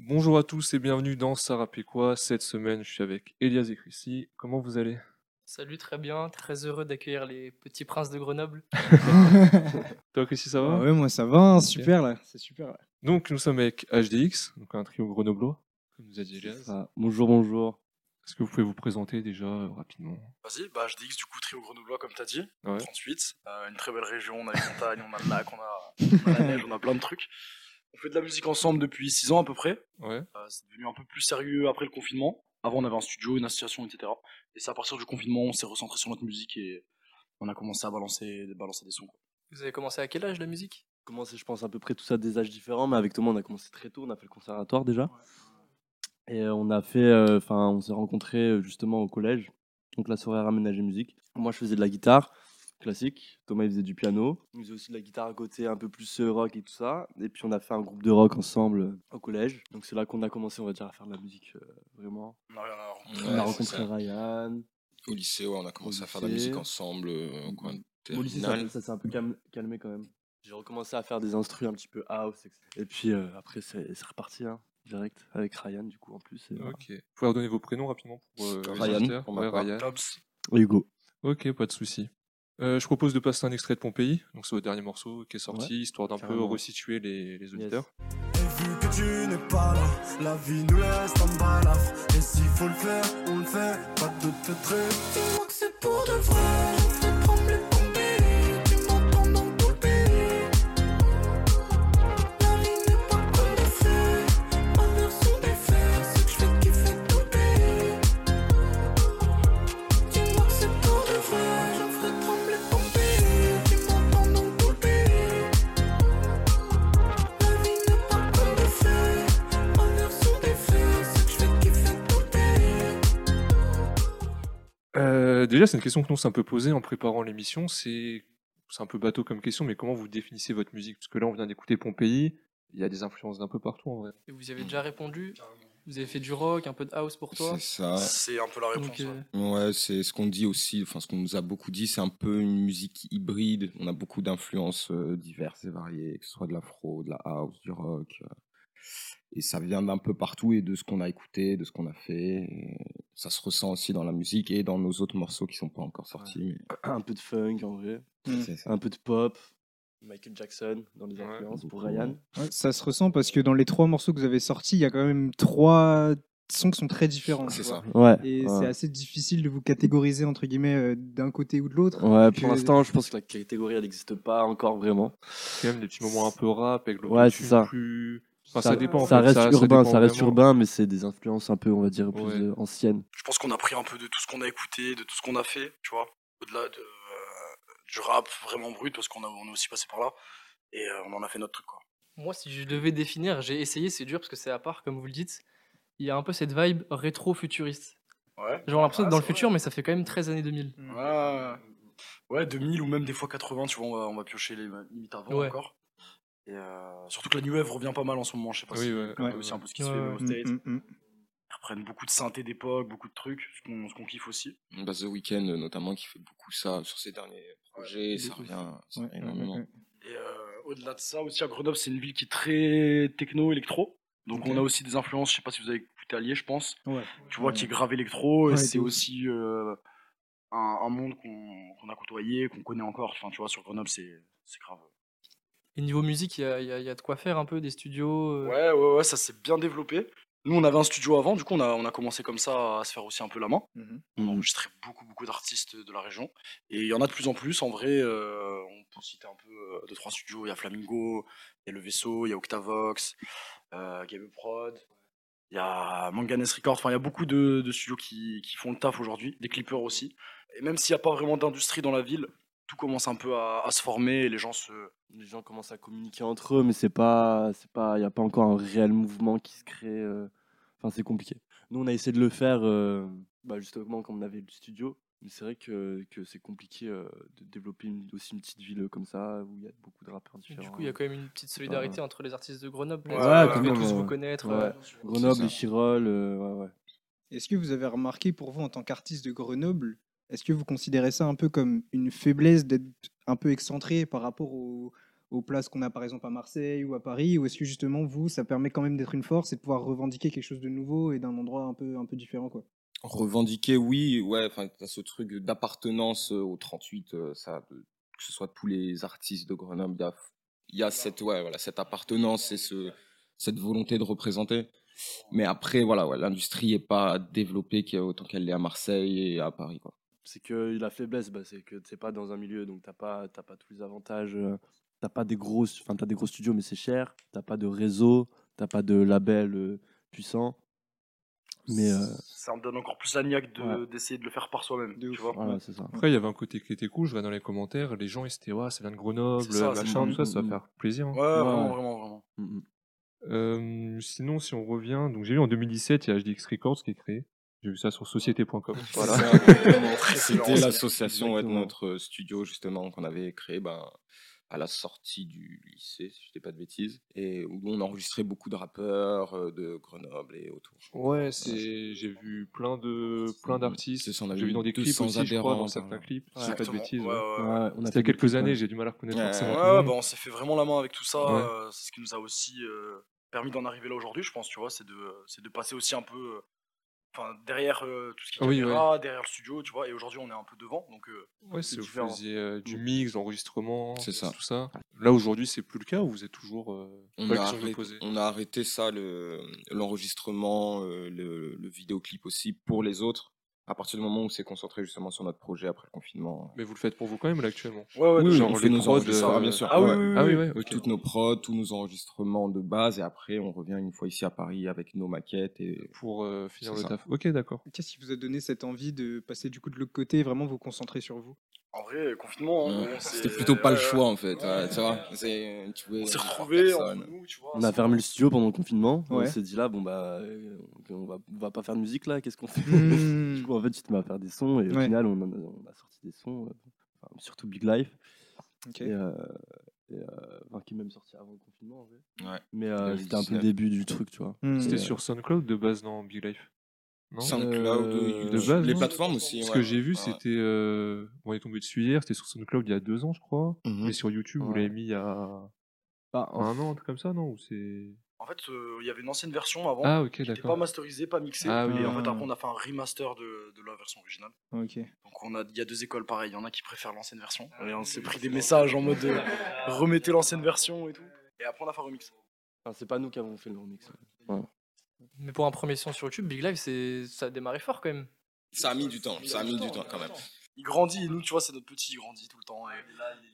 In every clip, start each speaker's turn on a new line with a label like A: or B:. A: Bonjour à tous et bienvenue dans Sarah Péquois. Cette semaine, je suis avec Elias et Chrissy. Comment vous allez
B: Salut, très bien, très heureux d'accueillir les petits princes de Grenoble.
A: Toi, Chrissy, ça va
C: Ah ouais, moi ça va, hein, super là, c'est super. là.
A: Bah Donc, nous sommes avec HDX, donc un trio grenoblois, comme nous a dit Elias.
D: Ah, bonjour, bonjour.
A: Est-ce que vous pouvez vous présenter déjà euh, rapidement
E: Vas-y, bah HDX du coup trio grenoblois comme t'as dit,
A: Ouais.
E: 38, euh, une très belle région, on a les montagnes, on a le lac, on a, on a la neige, on a plein de trucs. On fait de la musique ensemble depuis 6 ans à peu près,
A: Ouais.
E: Euh, c'est devenu un peu plus sérieux après le confinement. Avant on avait un studio, une association, etc. Et c'est à partir du confinement on s'est recentré sur notre musique et on a commencé à balancer, balancer des sons. quoi.
B: Vous avez commencé à quel âge la musique
D: Commencé, je pense, à peu près tous à des âges différents, mais avec Thomas, on a commencé très tôt. On a fait le conservatoire déjà. Et euh, on a fait, enfin, on s'est rencontrés euh, justement au collège. Donc la soirée à raménager musique. Moi, je faisais de la guitare classique. Thomas, il faisait du piano. Il faisait aussi de la guitare à côté, un peu plus euh, rock et tout ça. Et puis on a fait un groupe de rock ensemble euh, au collège. Donc c'est là qu'on a commencé, on va dire, à faire de la musique euh, vraiment.
E: On a, on a rencontré-
D: on a
F: c'est
D: rencontré
F: ça.
D: Ryan.
F: Au lycée, ouais, on a commencé à faire de la
D: lycée.
F: musique ensemble. euh, quoi,
D: Au lycée, ça,
F: terminale.
D: ça s'est un peu calme- calmé quand même. J'ai recommencé à faire des instrus un petit peu house. etc. Et puis euh, après, c'est c'est reparti, hein, direct, avec Ryan du coup en plus. Et, voilà.
A: Ok. Vous pouvez redonner vos prénoms rapidement pour euh, les
F: Ryan,
A: auditeurs
F: pour ma
A: Ouais,
F: part.
A: Ryan.
E: Tops.
D: Et euh, Hugo.
A: Ok, pas de souci. Euh, je propose de passer un extrait de Pompéi, donc c'est votre dernier morceau qui est sorti, histoire d'un peu
D: carrément.
A: resituer les, les auditeurs.
G: Et vu que tu n'es pas là, la vie nous laisse en balaf. Et s'il faut le faire, on le fait, pas de te traiter. Dis-moi que c'est pour de vrai, je te prends le pompé, tu m'entends dans tout le pays. La vie n'est pas comme des faits, ma version des faits, c'est que je fais kiffer tout le pays. Dis-moi que c'est pour de vrai, je ferai trembler ton pays, tu m'entends dans tout le pays. La vie n'est pas comme des faits, ma version des faits, c'est que je fais kiffer tout le pays.
A: Euh, déjà, c'est une question que nous s'est un peu posée en préparant l'émission. C'est c'est un peu bateau comme question, mais comment vous définissez votre musique Parce que là, on vient d'écouter Pompéi. Il y a des influences d'un peu partout en vrai.
B: Et vous y avez déjà répondu Vous avez fait du rock, un peu de house pour toi
F: C'est ça.
E: C'est un peu la réponse.
B: Donc, euh,
E: ouais.
F: Ouais, c'est ce qu'on dit aussi, enfin ce qu'on nous a beaucoup dit, c'est un peu une musique hybride. On a beaucoup d'influences euh, diverses et variées, que ce soit de l'afro, de la house, du rock. euh. et ça vient d'un peu partout et de ce qu'on a écouté, de ce qu'on a fait. Et ça se ressent aussi dans la musique et dans nos autres morceaux qui sont pas encore sortis. mais
D: Un peu de funk en vrai.
F: c'est ça.
D: Mm. Un peu de pop. Michael Jackson dans les
A: Ouais,
D: influences pour
F: beaucoup,
D: Ryan.
C: Ouais, ça se ressent parce que dans les trois morceaux que vous avez sortis, il y a quand même trois sons qui sont très différents.
F: C'est
C: tu vois.
F: ça.
D: Ouais.
C: Et c'est
D: ouais.
C: assez difficile de vous catégoriser entre guillemets euh, d'un côté ou de l'autre.
D: Ouais,
C: que-
D: pour l'instant, je pense que la catégorie, elle n'existe pas encore vraiment.
A: Quand même des petits moments un peu rap avec
D: Ouais, c'est
A: l'autotune
D: ça.
A: plus. Enfin, ça, dépend. en
D: Ça
A: fait,
D: reste urbain,
A: dépend
D: ça reste
A: vraiment.
D: urbain, mais c'est des influences un peu, on va dire, plus
A: Ouais.
D: euh, anciennes.
E: Je pense qu'on a pris un peu de tout ce qu'on a écouté, de tout ce qu'on a fait, tu vois. Au-delà de, euh, du rap vraiment brut, parce qu'on a, on est aussi passé par là. Et euh, on en a fait notre truc, quoi.
B: moi, si je devais définir, j'ai essayé, c'est dur parce que c'est à part, comme vous le dites. Il y a un peu cette vibe rétro-futuriste.
E: Ouais.
B: Genre, on a l'impression
E: Ah,
B: d'être dans le
E: c'est
B: futur, mais ça fait quand même 13 années 2000.
C: Mm.
E: Ouais. Ouais, 2000 ou même des fois 80, tu vois, on va, on va piocher les limites avant
B: Ouais.
E: encore. Et euh, surtout que la New Wave revient pas mal en ce moment, je sais pas
A: Oui,
E: si
A: ouais.
E: c'est
C: Ouais.
E: aussi un peu ce qui se
B: Ouais,
E: fait
B: ouais.
E: aux
C: Mm,
E: States.
C: mm, mm.
E: Ils reprennent beaucoup de synthé d'époque, beaucoup de trucs, ce qu'on ce qu'on kiffe aussi.
F: Bah, The Weeknd euh, notamment qui fait beaucoup ça sur ses derniers projets,
C: des
F: ça
C: trucs.
F: revient, ça
C: Ouais,
F: revient
C: ouais,
F: énormément.
C: ouais, ouais.
E: Et euh, au-delà de ça, aussi à Grenoble, c'est une ville qui est très techno-électro. Donc
C: Ok.
E: on a aussi des influences, je sais pas si vous avez écouté Allier, je pense.
C: Ouais.
E: tu vois,
C: Ouais.
E: qui est grave électro, et
C: Ouais,
E: c'est
C: de ouf.
E: aussi euh, un, un monde qu'on qu'on a côtoyé, qu'on connaît encore. Enfin, tu vois, sur Grenoble, c'est c'est grave.
B: Et niveau musique, il y a, il y a- il y a de quoi faire un peu, des studios. euh,
E: Ouais, ouais, ouais, ça s'est bien développé. Nous, on avait un studio avant, du coup, on a, on a commencé comme ça à se faire aussi un peu la main.
C: Mhm.
E: On a enregistré beaucoup, beaucoup d'artistes de la région. Et il y en a de plus en plus. En vrai, euh, on peut citer un peu euh, deux, trois studios. Il y a Flamingo, il y a Le Vaisseau, il y a Octavox, euh, Game Prod, il y a Manganese Records. Enfin, il y a beaucoup de, de studios qui, qui font le taf aujourd'hui, des clippers aussi. Et même s'il n'y a pas vraiment d'industrie dans la ville, tout commence un peu à, à se former et les gens se.
D: Les gens commencent à communiquer entre eux, mais c'est pas, c'est pas, il y a pas encore un réel mouvement qui se crée. euh, Enfin, c'est compliqué. Nous, on a essayé de le faire, euh, bah, justement, comme on avait le studio. Mais c'est vrai que, que c'est compliqué euh, de développer une- aussi une petite ville comme ça où il y a beaucoup de rappeurs
B: Et
D: différents.
B: Du coup, il y a quand même une petite solidarité entre les artistes de Grenoble.
E: Ouais,
B: les artistes
E: quand
B: qui
D: même,
B: tous
D: ouais.
B: vous connaître.
D: Ouais.
B: euh,
D: Grenoble,
F: C'est
D: les
F: ça.
D: Chirol, euh, ouais, ouais.
C: Est-ce que vous avez remarqué pour vous en tant qu'artiste de Grenoble Est-ce que vous considérez ça un peu comme une faiblesse d'être un peu excentré par rapport au- aux places qu'on a par exemple à Marseille ou à Paris Ou est-ce que justement vous, ça permet quand même d'être une force et de pouvoir revendiquer quelque chose de nouveau et d'un endroit un peu, un peu différent quoi
F: Revendiquer, oui, ouais, enfin, t'as ce truc d'appartenance euh, au 38, euh, ça, de- que ce soit tous les artistes de Grenoble, il y a, il y a cette, ouais, voilà, cette appartenance et ce, cette volonté de représenter. Mais après, voilà, ouais, l'industrie n'est pas développée qu'il y a autant qu'elle l'est à Marseille et à Paris, quoi.
D: c'est que la faiblesse, bah, c'est que t'es pas dans un milieu, donc t'as pas, t'as pas tous les avantages. euh, T'as pas des gros, enfin t'as des gros studios, mais c'est cher. T'as pas de réseau, t'as pas de label euh, puissant. Mais euh,
E: Ça me donne encore plus la niaque de-
D: Ouais.
E: d'essayer de le faire par soi-même.
C: De
E: Tu
C: ouf.
E: vois
D: voilà, c'est ça.
A: Après, il y avait un côté qui était cool, je vois dans les commentaires, les gens, ils étaient, ouais, ça vient de Grenoble, euh,
E: C'est ça,
A: machin,
D: c'est
A: tout ça, ça
D: bon.
A: va faire plaisir. hein.
E: Ouais, vraiment, vraiment, vraiment.
D: Mm, mm.
A: Euh, sinon, si on revient, donc j'ai vu en 2017, il y a HDX Records qui est créé. J'ai vu ça sur société.com. Voilà.
F: C'était l'association ouais, de
D: Exactement.
F: notre studio justement qu'on avait créé ben, à la sortie du lycée, si je dis pas de bêtises, et où on enregistrait beaucoup de rappeurs euh, de Grenoble et autour.
A: Ouais, c'est j'ai vu plein de plein d'artistes.
F: C'est ça, on a
A: J'ai vu
F: vu
A: dans des clips
F: 200
A: aussi, je crois,
F: adhérents, hein.
A: dans
F: par
A: certains
F: exemple.
A: clips. si je dis pas de
E: Exactement.
A: bêtises.
E: Ouais,
A: ouais.
E: ouais,
D: Ouais, on
E: ouais.
D: a
A: C'était il y a
D: fait
A: quelques
D: des-
A: années, j'ai du mal à reconnaître
F: hein. Ouais,
A: forcément.
E: Ouais,
A: tout le
E: ouais,
A: monde.
E: bah, on s'est fait vraiment la main avec tout ça.
A: Ouais.
E: euh, c'est ce qui nous a aussi euh, permis d'en arriver là aujourd'hui, je pense, tu vois. C'est de, euh, c'est de passer aussi un peu euh, enfin, derrière euh, tout ce qui est
A: Ah oui,
E: caméra, derrière le studio, tu vois. Et aujourd'hui, on est un peu devant. Donc, euh,
A: Ouais, c'est vous
E: différent.
A: faisiez euh, du mix, de l'enregistrement,
F: Mm. C'est ça.
A: tout ça. Là aujourd'hui, c'est plus le cas ou vous êtes toujours euh,
F: On
A: pas
F: a,
A: la question de
F: arrêté,
A: poser
F: on a arrêté ça, le- l'enregistrement, euh, le, le vidéoclip aussi pour les autres, à partir du moment où on s'est concentré justement sur notre projet après le confinement.
A: Mais vous le faites pour vous quand même là actuellement.
E: ouais, ouais,
F: Oui,
E: de-
F: oui,
A: genre
F: on
A: les
F: fait nos
A: prods,
F: enregistrements,
A: euh,
F: bien sûr.
E: Ah oui,
F: ouais.
E: oui, oui,
A: Ah
E: oui.
A: oui, ouais, ok.
F: Toutes nos prods, tous nos enregistrements de base, et après on revient une fois ici à Paris avec nos maquettes et
A: Pour euh, finir le
F: C'est ça.
A: taf. Ok, d'accord.
C: Qu'est-ce qui vous a donné cette envie de passer du coup de l'autre côté et vraiment vous concentrer sur vous
E: En vrai, confinement, hein,
F: Ouais,
E: on
F: C'était
E: s'est-
F: plutôt pas le
E: ouais,
F: choix en fait,
E: Ouais.
F: ouais, tu vois. C'est- tu pouvais
E: On s'est
F: voir
E: retrouvés entre
F: personne.
E: nous, tu vois.
D: On a
E: c'est-
D: fermé le studio pendant le confinement. et
C: Ouais.
D: On s'est dit là, bon bah, euh, on va, on va pas faire de musique là, qu'est-ce qu'on fait
C: Hmm.
D: Du coup, en fait, tu te mets à faire des sons et au
C: Ouais.
D: final, on, en a, on a sorti des sons, euh, enfin, surtout Big Life,
C: Ok.
D: et, euh, et, euh, enfin, qui est même sorti avant le confinement en vrai.
F: Ouais.
D: Mais euh,
F: Le
D: c'était un peu
F: 19.
D: le début du truc, tu vois.
F: Mm.
C: Hmm.
A: C'était
D: Ouais.
A: sur SoundCloud de base dans Big Life. Non
F: SoundCloud,
D: Euh,
F: YouTube,
A: de base,
F: les
A: non
F: plateformes aussi.
A: Ce
F: ouais.
A: que j'ai vu,
F: Ouais.
A: c'était. euh, On est tombé dessus hier, c'était sur SoundCloud il y a deux ans, je crois.
F: Mhm.
A: Mais sur YouTube, vous
D: Ouais.
A: l'avez mis il y a
D: Bah, en-
A: un an, un truc comme ça, non Ou c'est.
E: En fait, euh, il y avait une ancienne version avant.
A: Ah, ok,
E: qui n'était pas
A: d'accord.
E: masterisée, pas mixée.
A: Ah oui.
E: et en fait, après, on a fait un remaster de, de la version originale.
C: Ok.
E: Donc on a, il y a deux écoles pareilles, il y en a qui préfèrent l'ancienne version. Et on s'est pris des messages en mode euh, remettez l'ancienne version et tout. Et après on a fait un remix.
D: enfin, c'est pas nous qui avons fait le remix. hein.
B: Mais pour un premier son sur YouTube, Big Live, c'est... ça a démarré fort quand même.
F: Ça a mis du temps, ça a mis du temps quand même.
E: Il grandit, nous tu vois c'est notre petit, il grandit tout le temps. et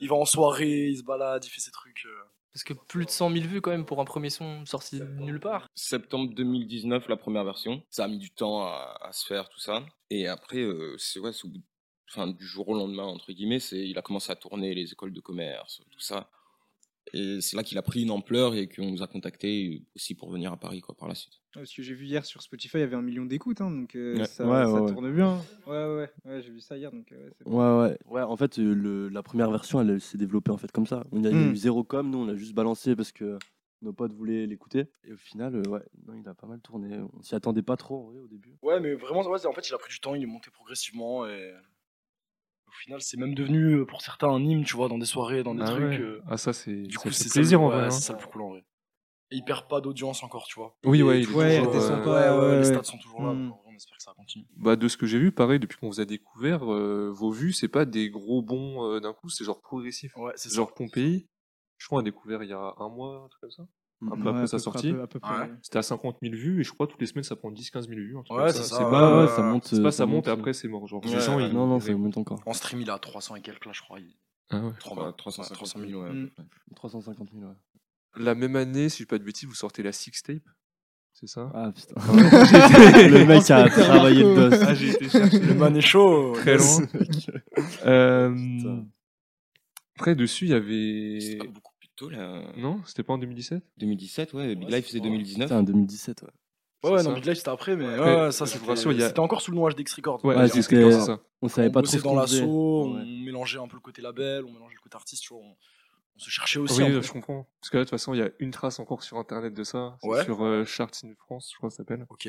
E: il va en soirée, il se balade, il fait ses trucs. euh.
B: Parce que plus de 100 000 vues quand même pour un premier son sorti de nulle part.
F: Septembre 2019, la première version. Ça a mis du temps à, à se faire tout ça. Et après, euh, c'est ouais, c'est au bout de- enfin, du jour au lendemain entre guillemets, c'est il a commencé à tourner les écoles de commerce, tout ça. Et c'est là qu'il a pris une ampleur et qu'on nous a contactés aussi pour venir à Paris quoi par la suite.
C: Parce que j'ai vu hier sur Spotify, il y avait un million d'écoutes, hein, donc euh,
F: Ouais.
C: ça,
D: Ouais,
C: ça
D: ouais,
C: tourne bien. Ouais, ouais, ouais, ouais, j'ai vu ça hier, donc euh, ouais, c'est-
D: Ouais, ouais. ouais en fait, euh, le- la première version, elle, elle s'est développée en fait comme ça. Il y a il y a
C: Hmm.
D: eu zéro com, nous on l'a juste balancé parce que nos potes voulaient l'écouter. Et au final, euh, ouais, non, il a pas mal tourné. On s'y attendait pas trop en vrai, au début.
E: Ouais mais vraiment ouais, en fait il a pris du temps, il est monté progressivement et au final c'est même devenu euh, pour certains un hymne tu vois dans des soirées, dans des
A: Ah,
E: trucs.
A: ouais.
E: euh.
A: Ah, ça, c'est.
E: Du
A: ça
E: coup
A: fait
E: c'est ça le-
A: plaisir en
E: ouais,
A: vrai. hein.
E: c'est ça le plus cool en vrai. Et il perd pas d'audience encore tu vois.
A: Oui, ouais,
E: Et
A: il est
C: Ouais,
A: toujours,
C: elle descend
A: euh,
C: pas, ouais, ouais.
E: les stats sont toujours là,
C: Mm.
E: donc on espère que ça continue.
A: Bah, de ce que j'ai vu, pareil, depuis qu'on vous a découvert, euh, vos vues, c'est pas des gros bons euh, d'un coup, c'est genre progressif.
E: Ouais c'est ça.
A: Genre Pompéi, je crois, on a découvert il y a un mois, un truc comme ça. Un Mmh. peu
C: Ouais, à
A: après sa
C: peu près,
A: sortie.
C: à peu- à peu près,
E: Ouais.
C: ouais.
A: C'était à 50 000 vues, et je crois toutes les semaines ça prend 10-15 000 vues. un truc
E: Ouais,
A: comme
E: c'est ça,
A: C'est
E: ouais.
A: pas,
E: Ouais, ouais.
D: ça monte.
A: c'est pas ça monte et
D: euh,
A: après c'est mort. Genre,
F: Ouais,
A: les gens,
F: ouais.
A: ils-
D: Non, non,
A: ils-
D: ça monte encore.
E: En stream, il a 300 et quelques, là, je crois. Il...
A: Ah ouais.
E: Trop
F: Enfin,
E: bien.
F: 350
E: 300
F: 000, ouais, à peu
C: Mm.
F: près.
D: 350 000, ouais.
A: La même année, si je dis pas de bêtises, vous sortez la Sixtape, c'est ça
D: Ah
A: Le
D: putain. le mec a travaillé le dos.
A: Ah, j'ai été chercher
E: Le man est chaud
A: très loin. Euh,
D: Putain.
A: Après, dessus, il y
F: C'était pas
A: avait.
F: beaucoup plus tôt là.
A: Non, c'était pas en 2017
F: 2017, ouais, Big
E: Ouais,
F: Life
E: c'est
F: c'était
E: pas-
F: 2019.
D: Putain, 2017, ouais.
E: Ouais,
A: c'est
E: ouais,
A: ça.
E: non, Big Life, c'était après, mais ouais,
A: Ouais,
E: ouais, ça,
A: je vous
E: c'était
A: rassure, il y a-
E: c'était encore sous le nom HDX Record.
A: Ouais,
D: Ouais,
A: c'est
D: c'était-
A: c'est ça.
D: On savait
E: on
D: pas trop
E: bossait
D: ce
E: dans
D: qu'on faisait.
E: l'assaut,
D: Ouais.
E: on mélangeait un peu le côté label, on mélangeait le côté artiste, tu vois, on, on se cherchait
A: Ah
E: aussi.
A: Oui,
E: un peu.
A: je comprends. Parce que là, de toute façon, il y a une trace encore sur internet de ça. C'est
E: Ouais.
A: Sur euh, Charts in France, je crois que ça s'appelle.
E: Ok.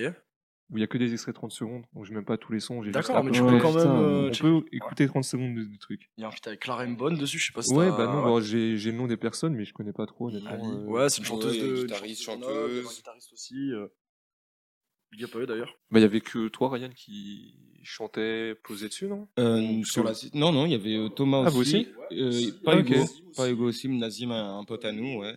A: où il y a que des extraits 30 secondes, donc je mets pas tous les sons. j'ai juste
E: D'accord,
A: la
E: mais tu
A: plupart
E: peux
A: des-
E: quand même.
D: putain,
E: euh,
A: On
E: check-
A: peut écouter 30 secondes de, de trucs.
E: Il y a un feat avec Clara Mbonne dessus, je sais pas si
A: ouais,
E: t'as-
A: bah non, bon, j'ai j'ai le nom des personnes, mais je connais pas trop. honnêtement,
E: Ali.
A: euh.
E: Ouais, c'est une chanteuse
F: Ouais,
E: de.
F: guitariste,
E: une de nobles,
F: chanteuse.
E: Un guitariste aussi. euh. Il y a pas eu d'ailleurs.
A: Bah, il y avait que toi, Ryan, qui chantait, posait dessus, non
F: Euh, sur la... Non, non, il y avait euh, Thomas
A: Ah, vous
F: aussi. Euh, pas,
A: Ah, ok.
F: Hugo, pas Hugo aussi, mais Nazim, un, un pote à nous, ouais.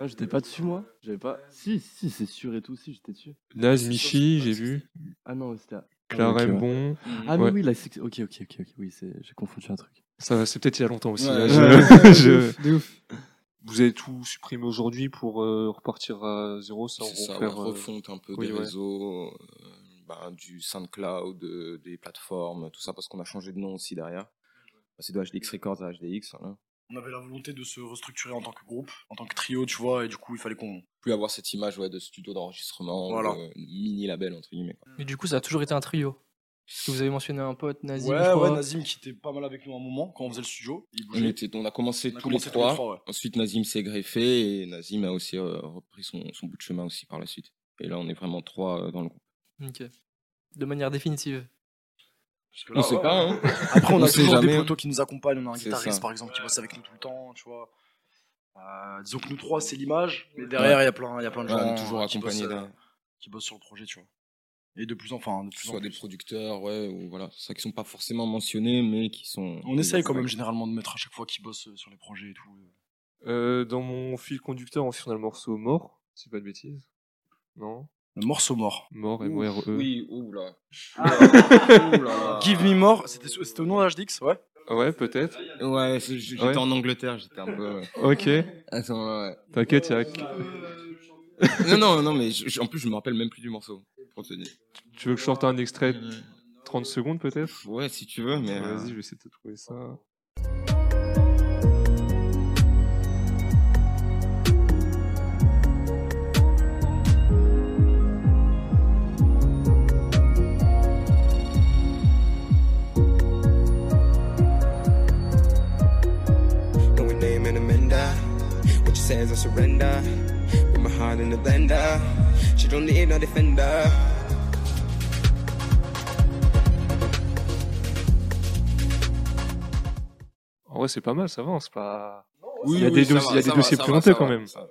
D: Ouais, j'étais pas dessus, moi. J'avais pas. Si, si, c'est sûr et tout. Si, j'étais dessus.
A: Naz, Michi, j'ai vu.
D: Ah non, c'était. à-
A: Clara
D: ok, ouais.
A: Mbon.
E: Mm.
D: Ah, mais
A: Ouais.
D: oui, la six- Ok, ok, ok, ok. Oui, c'est- j'ai confondu un truc.
A: Ça, c'est peut-être il y a longtemps aussi.
F: Ouais,
A: là, je-
F: ouais,
C: Ouais,
A: je-
C: de ouf, de ouf.
A: Vous avez tout supprimé aujourd'hui pour euh, repartir à zéro, ça, on
F: C'est ça,
A: va
F: ouais,
A: faire. euh,
F: refonte un peu
A: oui,
F: des
A: ouais.
F: réseaux, euh, bah, du SoundCloud, euh, des plateformes, tout ça, parce qu'on a changé de nom aussi derrière. Bah, C'est de HDX Records à HDX. Voilà.
E: On avait la volonté de se restructurer en tant que groupe, en tant que trio, tu vois, et du coup, il fallait qu'on.
F: Plus avoir cette image ouais, de studio d'enregistrement,
E: Voilà.
F: de mini-label, entre guillemets. quoi.
B: Mais du coup, ça a toujours été un trio. Parce que vous avez mentionné un pote, Nazim,
E: ouais,
B: je crois.
E: ouais, Nazim qui était pas mal avec nous à un moment quand on faisait le studio. Il
F: On,
E: bougeait.
F: était, on a commencé,
E: On a
F: tous,
E: commencé
F: les trois.
E: ouais.
F: Ensuite, Nazim s'est greffé et Nazim a aussi euh, repris son, son bout de chemin aussi par la suite. Et là, on est vraiment trois euh, dans le groupe.
B: Ok. De manière définitive.
E: Parce que
F: On
E: là,
F: sait
E: ouais,
F: pas, hein.
E: Après, on,
F: On
E: a
F: sait
E: toujours des
F: jamais.
E: potos qui nous accompagnent. On a un
F: C'est
E: guitariste,
F: ça.
E: par exemple, qui bosse avec nous tout le temps, tu vois. Euh, disons que nous trois, c'est l'image, mais derrière, il y a plein il y a plein de
F: Ouais, on
E: gens
F: est toujours
E: euh, qui
F: accompagné
E: bossent, euh,
F: d'un-
E: qui bossent sur le projet, tu vois. Et de plus en, enfin, de
F: que
E: plus
F: ce
E: en
F: soit des
E: plus.
F: producteurs, ouais, ou voilà, c'est ça qui sont pas forcément mentionnés, mais qui sont.
E: On essaye quand même généralement de mettre à chaque fois qui bosse euh, sur les projets et tout.
A: euh, dans mon fil conducteur, ensuite, on a le morceau Mort, si pas de bêtises. Non
E: Le morceau mort.
A: Mort, euh,
F: Ouf, Ah,
A: M-O-R-E.
F: Oui, oula.
E: Give me more, c'était c'était au nom de HDX, Bah, ouais.
A: ah Ouais, peut-être.
F: Ouais, c'est- j'étais
A: Ouais.
F: en Angleterre, j'étais un peu.
A: Ok,
F: À ce moment-là,
A: t'inquiète, il y a-
F: ouais. Non, non, non, mais je- je- en plus, je me rappelle même plus du morceau. Pour te dire.
A: tu veux que je sorte un extrait de 30 secondes, peut-être
F: Ouais, si tu veux, mais. euh,
A: Vas-y, je vais essayer de te trouver ça.
G: No we name in Amanda. What she says, I surrender. With my heart in a blender. She don't need no defender.
A: En vrai, c'est pas mal, ça avance. Pas...
F: Oui,
A: Il y a
F: oui,
A: des
F: ça
A: dossiers-
F: va,
A: il y a
F: ça
A: des
F: va,
A: dossiers
F: ça
A: plus
F: va,
A: honteux,
F: ça
A: quand
F: va,
A: même.
F: ça va.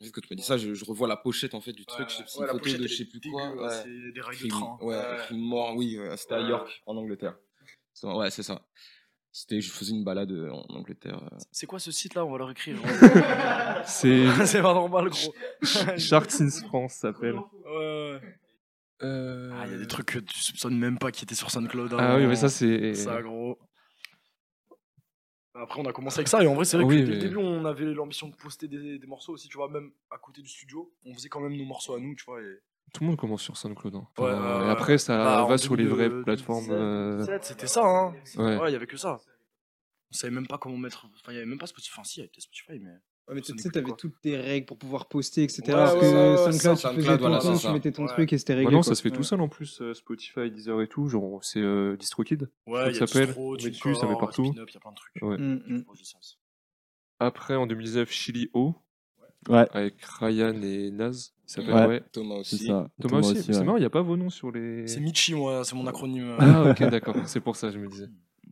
F: Juste que tu m'as dit ça, je, je revois la pochette en fait du truc, je sais- c'est une photo de je sais plus quoi. ouais.
E: C'est des rails de
F: Crime-
E: train. hein.
F: hein. Ouais, Crime mort, oui, euh, c'était à York, en Angleterre. C'est- Ouais, c'est ça. C'était, je faisais une balade euh, en Angleterre. euh.
E: C'est quoi ce site là On va leur écrire.
A: C'est
E: c'est pas normal, gros.
A: Charts in France, ça s'appelle.
E: Ouais, ouais.
F: Euh,
E: Ah, il y a des trucs que tu soupçonnes même pas qui étaient sur SoundCloud. hein.
A: Ah oui, mais ça, c'est.
E: Ça, gros. Après, on a commencé avec ça, et en vrai, c'est
F: Ah
E: vrai
A: Oui,
E: que dès
A: mais-
E: le début, on avait l'ambition de poster des, des morceaux aussi, tu vois, même à côté du studio, on faisait quand même nos morceaux à nous, tu vois. Et...
A: Tout le monde commence sur SoundCloud. hein.
E: Ouais,
A: Enfin,
E: ouais,
A: et
E: ouais.
A: après, ça
E: Bah, en
A: va sur les vraies
E: 2000,
A: plateformes. euh,
E: 2007, C'était ça, hein.
A: Ouais.
E: Ouais, il y avait que ça. On savait même pas comment mettre. Enfin, il y avait même pas Spotify. Enfin, si, il y avait peut-être Spotify, mais.
C: Ouais, mais tu
E: Ça
C: sais,
E: n'écoute
C: t'avais
E: quoi.
C: toutes tes règles pour pouvoir poster, etc.
E: Ouais,
C: Alors
E: ouais,
C: que
E: ouais, ouais,
C: SoundCloud,
F: ça,
C: tu faisais ton
F: SoundCloud, voilà,
C: compte,
F: c'est
C: tu
F: ça.
C: mettais ton
E: Ouais.
C: truc et c'était réglé.
A: Maintenant,
C: quoi.
A: Ah ça se fait tout seul en plus, euh, Spotify, Deezer et tout. Genre, on- c'est euh, DistroKid.
E: Ouais,
A: que
E: il y
A: ça
E: a
A: s'appelle
E: Distro,
A: On met dessus, ça met
E: Tunecore,
A: partout.
E: Spin-Up, Il y a plein de trucs.
A: Ouais.
C: Mm, mm.
E: Ouais, je sais ça.
A: Après, en 2019, Chili O.
D: Ouais.
A: Avec Ryan et Naz. il s'appelle,
D: Ouais.
A: ouais.
F: Thomas
D: C'est
F: aussi.
D: ça.
A: Thomas, aussi. C'est
D: ouais.
A: marrant, il n'y a pas vos noms sur les.
E: C'est Michi, moi, c'est mon acronyme. euh.
A: Ah, ok, d'accord. C'est pour ça, je me disais.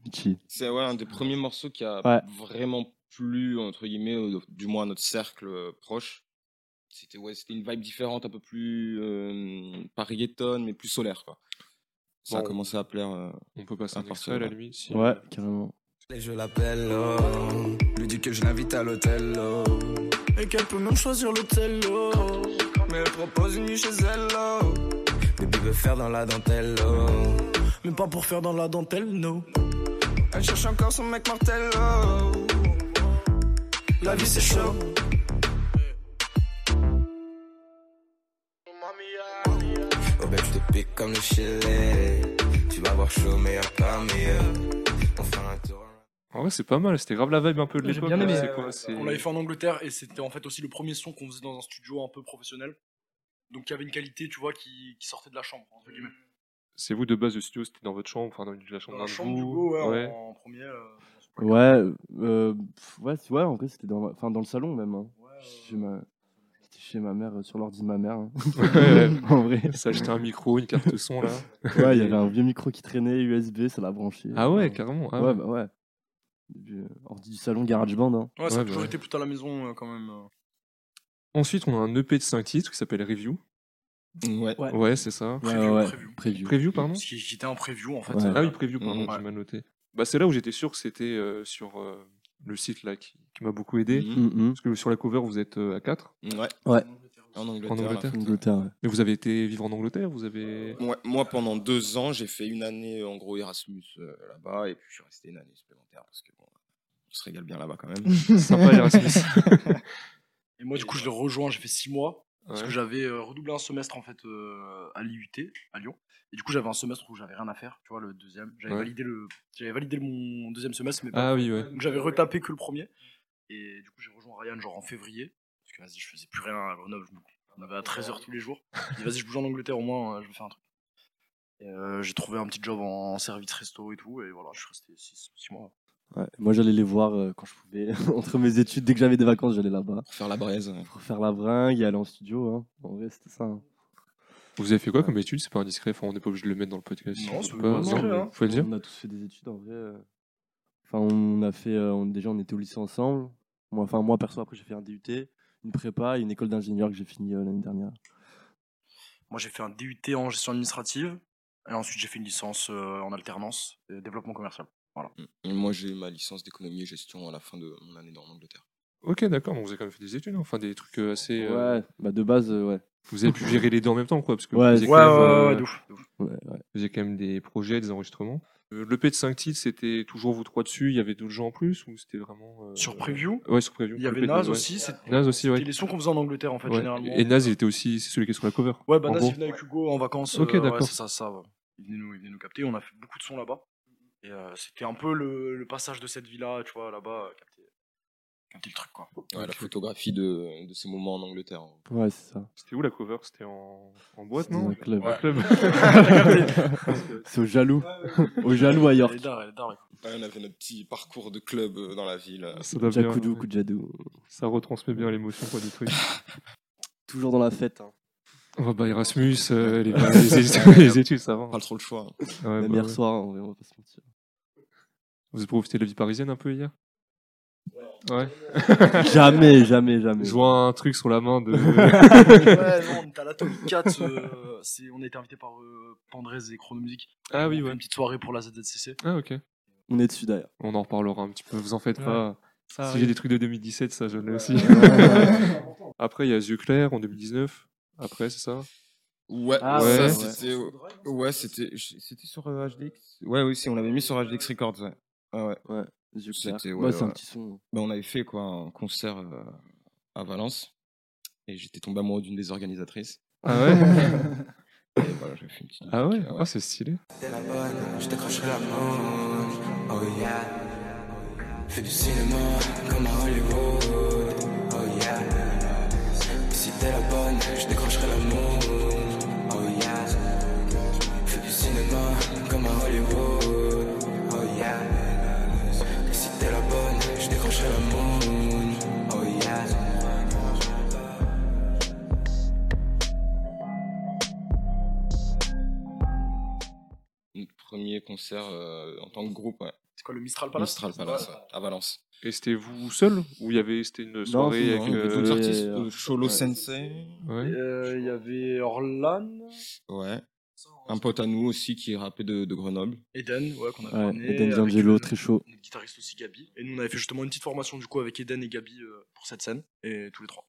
D: Michi.
F: C'est ouais, un des premiers morceaux qui a
D: Ouais.
F: vraiment plu, entre guillemets, euh, du moins à notre cercle euh, proche. C'était ouais, c'était une vibe différente, un peu plus euh, pas reggaeton, mais plus solaire. Quoi. Ça a
A: Bon.
F: commencé à plaire. euh,
A: On peut passer
F: Ah,
A: un extrait à la
F: forcément.
A: limite. si-
D: Ouais, carrément.
G: Et je l'appelle, oh, lui dis que je l'invite à l'hôtel, oh, et qu'elle peut même choisir l'hôtel, oh, mais elle propose une nuit chez elle, oh, Baby veut faire dans la dentelle, oh, mais pas pour faire dans la dentelle, non. Elle cherche encore son mec mortel, oh, la vie c'est chaud. Oh ben tu te piques comme le Chili, tu vas avoir chaud meilleur parmi eux, on fera un tour.
A: En vrai, c'est pas mal. C'était grave la vibe un peu de
B: J'ai
A: l'époque.
B: bien
A: là,
B: aimé.
A: c'est quoi, c'est-
E: On l'avait fait en Angleterre et c'était en fait aussi le premier son qu'on faisait dans un studio un peu professionnel. Donc il y avait une qualité, tu vois, qui, qui sortait de la chambre, entre guillemets.
A: C'est vous de base, le studio, c'était dans votre chambre, enfin dans la chambre d'un
E: Dans la
A: de
E: chambre du
A: Euh, vous,
E: go, ouais,
A: ouais.
E: En, en premier. euh,
D: Ouais, euh, pff, ouais, c'est- ouais, en vrai, c'était dans, enfin, dans le salon même. hein.
E: ouais,
D: Je
E: euh,
D: me- C'était chez ma mère, euh, sur l'ordi de ma mère. hein.
A: Ouais, ouais.
D: en vrai.
A: Ça acheté un micro, une carte son là.
D: Ouais, il y avait un vieux micro qui traînait, USB, ça l'a branché.
A: Ah ouais, carrément. Ah
D: ouais, bah ouais. Du- ordi du salon GarageBand. Hein.
E: Ouais, ça
A: Ouais,
E: a
A: bah
E: toujours
A: ouais.
E: été plutôt à la maison euh, quand même. euh.
A: Ensuite, on a un EP de 5 titres qui s'appelle Review.
F: Ouais.
D: Ouais.
A: Ouais, c'est ça.
E: Preview,
D: ouais, ouais.
E: preview.
D: Preview.
A: Preview, pardon
E: Parce qu'il qu'il était en preview en fait.
D: Ouais.
E: euh,
A: Ah oui, Preview, pardon,
E: Ouais.
A: tu m'as noté. Bah, c'est là où j'étais sûr que c'était euh, sur euh, le site là qui, qui m'a beaucoup aidé.
E: Mmh.
F: Mhm.
D: Mhm.
A: Parce que sur la cover, vous êtes euh, à 4.
F: Mmh. Ouais.
D: Ouais.
F: En Angleterre.
A: En Angleterre.
D: Angleterre, ouais.
A: Mais vous avez été vivre en Angleterre Vous avez.
F: Ouais, moi, pendant deux ans, j'ai fait une année euh, en gros Erasmus euh, là-bas et puis je suis resté une année supplémentaire parce que bon, on se régale bien là-bas quand même.
A: Sympa, Erasmus.
E: Et moi, du coup, je l'ai rejoint, j'ai fait six mois. Parce
A: Ouais.
E: que j'avais euh, redoublé un semestre en fait euh, à l'IUT, à Lyon. Et du coup, j'avais un semestre où j'avais rien à faire, tu vois, le deuxième. J'avais
A: Ouais.
E: validé le, j'avais validé mon deuxième semestre, mais pas-
A: Ah oui, ouais.
E: donc j'avais retapé que le premier. Et du coup, j'ai rejoint Ryan genre en février. Parce que vas-y, je faisais plus rien à Grenoble. je me- On avait à 13h tous les jours. J'ai dit, vas-y, je bouge en Angleterre au moins, euh, je vais faire un truc. Et, euh, j'ai trouvé un petit job en, en service resto et tout. Et voilà, je suis resté 6 mois.
D: Ouais. Moi, j'allais les voir euh, quand je pouvais. Entre mes études, dès que j'avais des vacances, j'allais là-bas.
F: Pour faire la braise. ouais.
D: Pour faire la bringue et aller en studio. Hein. En vrai, c'était ça. hein.
A: Vous avez fait quoi comme étude C'est pas indiscret. Enfin, on n'est pas obligé de le mettre dans le podcast.
E: Non,
A: Je sais
E: c'est
A: pas.
E: pas indiscret,
A: Non,
E: hein.
A: Faut le dire.
D: On a tous fait des études en vrai. euh. Enfin, on a fait. euh, on- déjà, on était au lycée ensemble. Moi, enfin, moi perso, après, j'ai fait un DUT, une prépa et une école d'ingénieur que j'ai fini euh, l'année dernière.
E: Moi, j'ai fait un DUT en gestion administrative. Et ensuite, j'ai fait une licence euh, en alternance, euh, développement commercial.
F: Et Mmh. moi, j'ai eu ma licence d'économie et gestion à la fin de mon année dans- en Angleterre.
A: Ok, d'accord. donc vous avez quand même fait des études. hein. Enfin, des trucs euh, assez. euh,
D: Ouais, bah de base, euh, ouais.
A: Vous avez pu gérer les deux en même temps, quoi. Parce que
D: Ouais,
A: vous faisiez
D: c'est-
A: quand même, euh,
E: de ouf, de ouf.
D: Ouais, ouais.
A: Vous faisiez quand même des projets, des enregistrements. Euh, L'EP de 5 titres, c'était toujours vous trois dessus, il y avait d'autres gens en plus ou c'était vraiment. euh,
E: Sur Preview,
A: Ouais, sur Preview.
E: il y avait
A: Le P de-
E: Naz
A: ouais.
E: aussi. C'était
A: Naz aussi, ouais.
E: c'était les sons qu'on faisait en Angleterre, en fait,
A: Ouais.
E: généralement.
A: Et Naz, il était aussi, c'est celui qui est sur la cover.
E: Ouais, bah
A: en
E: Nas,
A: gros.
E: il venait avec Hugo en vacances.
A: Ok,
E: euh, ouais,
A: d'accord.
E: c'est ça, ça. ouais. Il venait, nous, il venait nous capter. On a fait beaucoup de sons là-bas. Et euh, c'était un peu le, le passage de cette vie-là, tu vois, là-bas, euh, capter, capter le truc, quoi.
F: Ouais, la photographie de, de ces moments en Angleterre. hein.
D: Ouais, c'est ça.
A: C'était où la cover C'était en... en boîte,
D: C'était
A: non
D: un club.
A: Un club.
D: C'est au jaloux. au jaloux à York.
E: Elle est d'art, elle est d'art.
F: Ouais, on avait notre petit parcours de club euh, dans la ville. euh.
A: ça, doit bien,
D: Jacoudou,
A: ouais.
D: Koujadou.
A: ça retransmet bien l'émotion, quoi, du truc.
D: Toujours dans la fête. hein.
A: Oh, bah, Erasmus, euh, les, les études, les études, ça va.
F: Pas trop le choix. hein.
A: Ouais,
D: Même
A: bah,
D: hier
A: ouais.
D: soir, en vrai, on va pas se mentir.
A: Vous avez profité de la vie parisienne un peu hier Ouais.
D: jamais, jamais, jamais.
A: Je vois un truc sur la main de.
E: ouais, non, on était à l'Atomic 4. euh, c'est- on a été invité par euh, Pandrez et Chronomusique.
A: ah oui,
E: On a fait
A: ouais.
E: Une petite soirée pour la ZZCC.
A: Ah, ok.
D: On est dessus d'ailleurs.
A: On en reparlera un petit peu, vous en faites
B: Ouais.
A: pas.
B: Ça
A: si j'ai des trucs de 2017, ça je l'ai aussi. Après, il y a Yeux Clairs en 2019. Après, c'est ça
F: Ouais,
D: Ah
A: ouais.
F: ça, c'était. Ouais, c'était c'était sur euh, HDX. Ouais, oui, si, on l'avait mis sur HDX Records. Ouais. Ah Ouais, ouais.
D: Ouais, les yeux clairs.
F: C'était-
D: Ouais,
F: ouais,
D: c'est un
F: ouais.
D: petit son.
F: Bah, on avait fait quoi un concert euh, à Valence et j'étais tombé amoureux d'une des organisatrices.
A: Ah ouais
F: Et voilà, j'ai fait une petite.
A: Ah ouais
D: euh,
F: musique, euh,
A: Ah, c'est stylé.
G: T'es la bonne, je t'accrocherai la manche. Oh yeah. Fais du cinéma comme à Hollywood. Oh yeah. Si t'es la bonne, je décrocherai l'amour. Oh yeah. Fais du cinéma comme à Hollywood. Oh yeah. Si t'es la bonne, je décrocherai l'amour. Oh yeah.
F: Notre premier concert euh, en tant que groupe, ouais.
E: C'est quoi le Mistral Palace
F: Mistral Palace, ouais, à Valence.
A: Et c'était vous seul Ou il y avait. C'était une soirée
D: c'est
A: avec.
D: non,
F: Avec
A: euh,
F: d'autres
D: euh,
F: artistes,
D: euh,
F: euh, Cholo
D: ouais.
F: Sensei.
E: Euh,
A: ouais.
E: Il y avait Orlan,
F: Ouais. Un pote à nous aussi qui est rappé de, de Grenoble.
E: Eden, ouais, qu'on avait
D: Ouais,
E: ramené,
D: Eden
E: avec,
D: D'Angelo,
E: euh,
D: très chaud.
E: notre guitariste aussi Gabi. Et nous, on avait fait justement une petite formation du coup avec Eden et Gabi euh, pour cette scène, et tous les trois.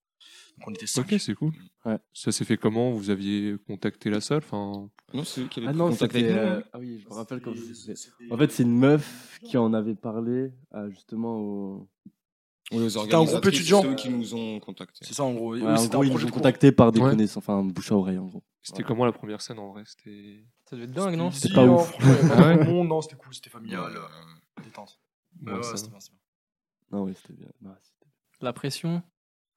E: Donc on était cinq.
A: Ok, c'est cool.
D: euh, Ouais.
A: Ça s'est fait comment Vous aviez contacté la salle enfin...
F: Non, c'est lui qui avait
D: Ah
F: pris
D: non,
F: contact avec
D: c'était.
F: nous.
D: euh,
F: hein.
D: Ah oui, je me rappelle quand
E: C'était-
D: c'était.
E: c'était-
D: En fait, c'est une meuf qui en avait parlé à, justement au.
F: Oui, aux
E: un groupe
F: organisatrices,
E: étudiant.
F: C'est eux qui nous ont contactés.
E: C'est ça en gros.
D: Ouais,
E: Eux,
D: en
E: c'était
D: gros,
E: un
D: ils
E: projet
D: nous ont
E: de cours.
D: contactés par des
A: Ouais.
D: connaissances, enfin bouche à oreille en gros.
A: C'était comment la première scène en vrai C'était.
B: devait être dingue, non
D: C'était
E: Si,
D: pas
E: hein,
D: ouf.
E: franchement, il y avait pas
A: Ouais.
E: trop de monde, non, c'était cool, c'était familial, euh,
F: Euh,
E: détente.
A: Ouais,
E: Euh, ouais,
A: ça
E: c'était
A: va.
E: bien, c'était
D: Non, ouais, c'était bien. Non, c'était-
B: La pression,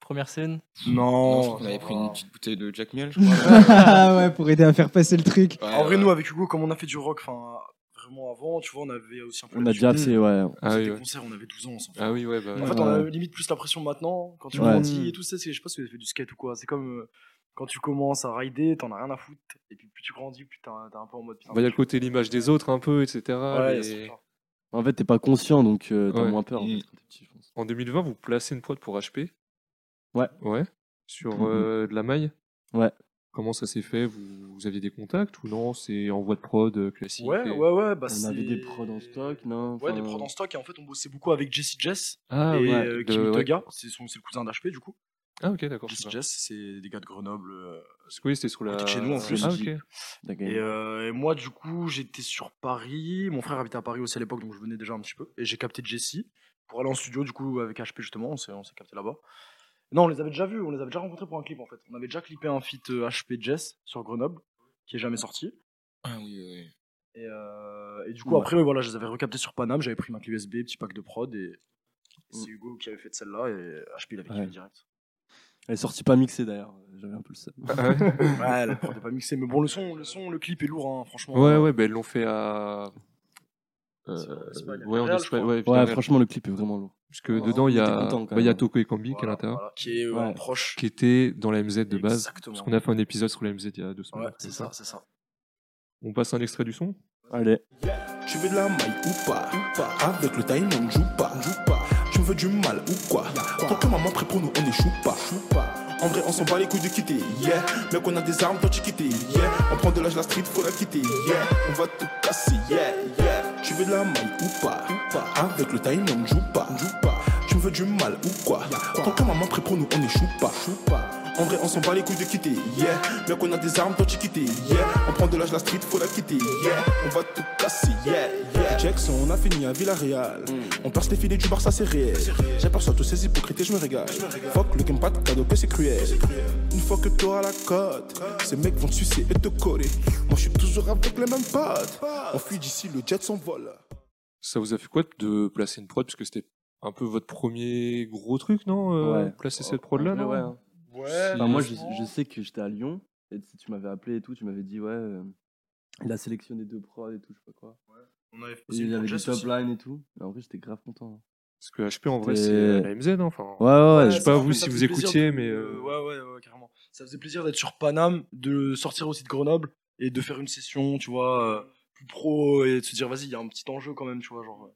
B: première scène.
E: bien.
F: non,
E: Non,
F: on avait pris une petite bouteille de Jack Miel, je crois.
C: Ah ouais, pour aider à faire passer le truc.
F: Ouais,
E: En vrai,
F: ouais.
E: nous, avec Hugo, comme on a fait du rock, enfin, vraiment avant, tu vois, on avait aussi un peu.
D: On a
E: l'habitude.
D: déjà assez, ouais.
E: On
A: Ah
E: faisait
A: oui,
E: des
A: ouais.
E: concerts, on avait 12 ans, on s'en fout.
A: Ah oui, ouais, bah.
E: En
A: ouais.
E: fait, on a limite plus la pression maintenant, quand tu
D: Ouais.
E: grandis et tout ça, c'est- je sais pas si vous avez fait du skate ou quoi, c'est comme euh, quand tu commences à rider, t'en as rien à foutre, et puis plus tu grandis, plus t'es un t'es un peu en mode. putain,
A: Bah, il y a le côté l'image des autres hein, un peu, etc.
E: Ouais,
A: mais
E: il y a ce truc-là.
D: En fait, t'es pas conscient, donc euh, t'as
A: Ouais.
D: moins peur. en
F: Mm.
D: fait, quand t'es petit, je pense.
A: En 2020, vous placez une prod pour HP
D: Ouais.
A: Ouais. Sur
D: Mhm.
A: euh, de la maille
D: Ouais.
A: Comment ça s'est fait vous, vous aviez des contacts ou non C'est en voie de prod euh, classique
E: Ouais,
A: et-
E: ouais, ouais, bah
D: on avait
E: c'est-
D: des prods en stock, non
E: Ouais, des
D: Enfin, euh,
E: prods en stock, et en fait, on bossait beaucoup avec Jesse Jess
A: Ah,
E: et
A: ouais,
E: euh,
A: de-
E: Kimi
A: ouais.
E: Toga, c'est son- c'est le cousin d'HP du coup.
A: Ah, ok, d'accord.
E: Jesse
A: super.
E: Jess, c'est des gars de Grenoble. euh,
A: Parce que oui, c'était sur la.
E: Côté de chez nous, en plus.
A: Ah, ok.
D: t'as gagné.
E: Et, euh, et moi, du coup, j'étais sur Paris. Mon frère habitait à Paris aussi à l'époque, donc je venais déjà un petit peu. Et j'ai capté Jesse pour aller en studio, du coup, avec HP justement. On s'est, on s'est capté là-bas. Non, on les avait déjà vus, on les avait déjà rencontrés pour un clip en fait. On avait déjà clippé un feat euh, HP Jess sur Grenoble, qui est jamais sorti.
F: Ah oui, oui.
E: Et, euh, et du coup, après, ouais, voilà, je les avais recaptés sur Paname. J'avais pris ma clé USB, petit pack de prod. Et, et
A: Mm.
E: c'est Hugo qui avait fait de celle-là. Et HP l'avait
D: Ouais.
E: kiffé direct.
D: Elle est sortie pas mixée d'ailleurs. J'avais un peu le seum.
A: Ah, ouais.
E: Ouais, la prod est pas mixée. Mais bon, le son, le, son, le clip est lourd, hein, franchement.
A: ouais, ouais, bah, ils l'ont fait à. euh,
E: C'est en Espagne,
A: ouais, en
E: Villarreal, je
A: Espagne,
E: crois.
A: ouais,
D: Ouais,
A: Villarreal.
D: franchement, le clip est vraiment lourd.
A: Parce que dedans, il y
D: on était
A: a,
D: contents, quand
A: bah, il y a
D: même.
A: Toko et Kambi qui est à
E: Voilà,
A: l'intérieur,
E: voilà, qui est euh,
D: Ouais.
E: un proche.
A: qui était dans la MZ de base.
E: Exactement.
A: Parce qu'on a fait un épisode sur la MZ il y a deux semaines.
E: Ouais, c'est ça, c'est ça.
A: On passe un extrait du son
D: Allez,
H: Tu veux de la maille ou pas, ou pas. Avec le time on joue pas, joue pas. Tu veux du mal ou quoi Tant que maman prêt pour nous, on n'échoue pas. En vrai, on s'en bat les couilles de quitter, yeah. Mais qu'on a des armes, toi tu quitter, yeah. On prend de l'âge, la street, faut la quitter, yeah. On va tout casser, yeah, yeah. Tu veux de la maille ou pas, ou pas. Avec le time on joue pas, joue pas. Tu veux du mal ou quoi Tant que maman prêt pour nous, on n'échoue pas, joue pas. En vrai, on s'en bat les couilles de quitter, yeah. Mais qu'on a des armes, toi tu quitter, yeah. On prend de l'âge, la street, faut la quitter, yeah. On va tout casser, yeah, yeah. Jackson, on a fini à Villarreal. On perce les filets du bar, ça c'est réel. J'aperçois tous ces hypocrites et je me régale. Fuck le game pas de cadeau que c'est cruel. Une fois que t'auras la cote, ces mecs vont te sucer et te coller. Moi je suis toujours avec les mêmes potes. On fuit d'ici, le jet s'envole.
A: Ça vous a fait quoi de placer une prod Parce que c'était un peu votre premier gros truc, non euh,
D: Ouais.
A: Placer cette prod-là, non
D: ouais. hein.
E: Ouais,
D: Enfin, moi, je, je sais que j'étais à Lyon. Et tu tu m'avais appelé et tout, tu m'avais dit, ouais, euh, il a sélectionné deux prods et tout, je sais pas quoi.
E: On avait
D: Et il avait des top line et tout. Mais en vrai, j'étais grave content. hein.
A: Parce que HP, en vrai,
D: C'était-
A: c'est euh, la MZ, hein, enfin.
D: Ouais, ouais, ouais.
A: je sais pas vous si vous écoutiez, mais, euh,
E: Ouais, ouais, ouais, carrément. Ça faisait plaisir d'être sur Paname, de sortir aussi de Grenoble et de faire une session, tu vois, euh, plus pro et de se dire, vas-y, il y a un petit enjeu quand même, tu vois, genre. euh, ouais.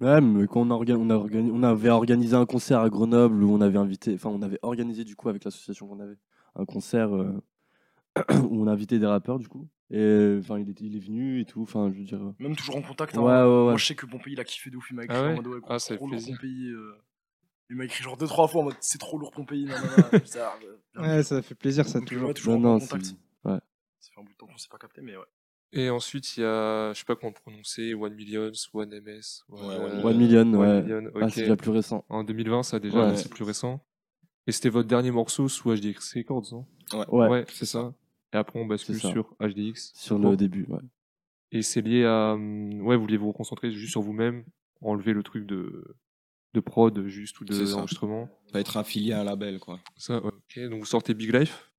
D: Ouais, mais quand on, a orga- on, a organi- on avait organisé un concert à Grenoble où on avait invité, enfin, on avait organisé du coup avec l'association qu'on avait un concert euh, où on invitait des rappeurs du coup. Et enfin, il, était- il est venu et tout. Enfin, je veux dire. euh,
E: Même toujours en contact.
D: Ouais,
E: hein.
D: ouais, ouais.
E: Moi, je sais que Pompéi, il a kiffé de ouf, il m'a écrit
A: Ah ouais
E: en mode, ouais,
A: Ah, ça fait
E: trop lourd
A: plaisir.
E: Pompéi. euh, Il m'a écrit genre deux, trois fois en mode, c'est trop lourd Pompéi, nanana, bizarre. euh,
C: Ouais, ça fait plaisir, ça
E: Donc,
C: toujours.
E: ouais, toujours
D: Non,
E: en
D: non,
E: contact.
D: c'est-
E: Ça fait un bout de temps qu'on s'est pas capté, mais ouais.
A: Et ensuite, il y a, je sais pas comment le prononcer, One Millions, One MS.
F: Ouais, One
D: One Million,
A: One
D: ouais.
A: Million,
D: Ah,
A: ok.
D: c'est la plus récente.
A: En 2020, ça déjà,
D: Ouais.
A: c'est plus récent. Et c'était votre dernier morceau sous HDX Records, non
D: Ouais,
A: c'est ça. Et après, on bascule
D: C'est ça.
A: sur HDX.
D: sur
A: Bon.
D: le début. Ouais.
A: Et c'est lié à. hum, Ouais, vous vouliez vous concentrer juste sur vous-même, enlever le truc de, de prod juste ou
F: C'est
A: de
F: ça.
A: l'enregistrement.
F: Pas être affilié à un label, quoi.
A: Ça, ouais. Ok, donc vous sortez Big Life.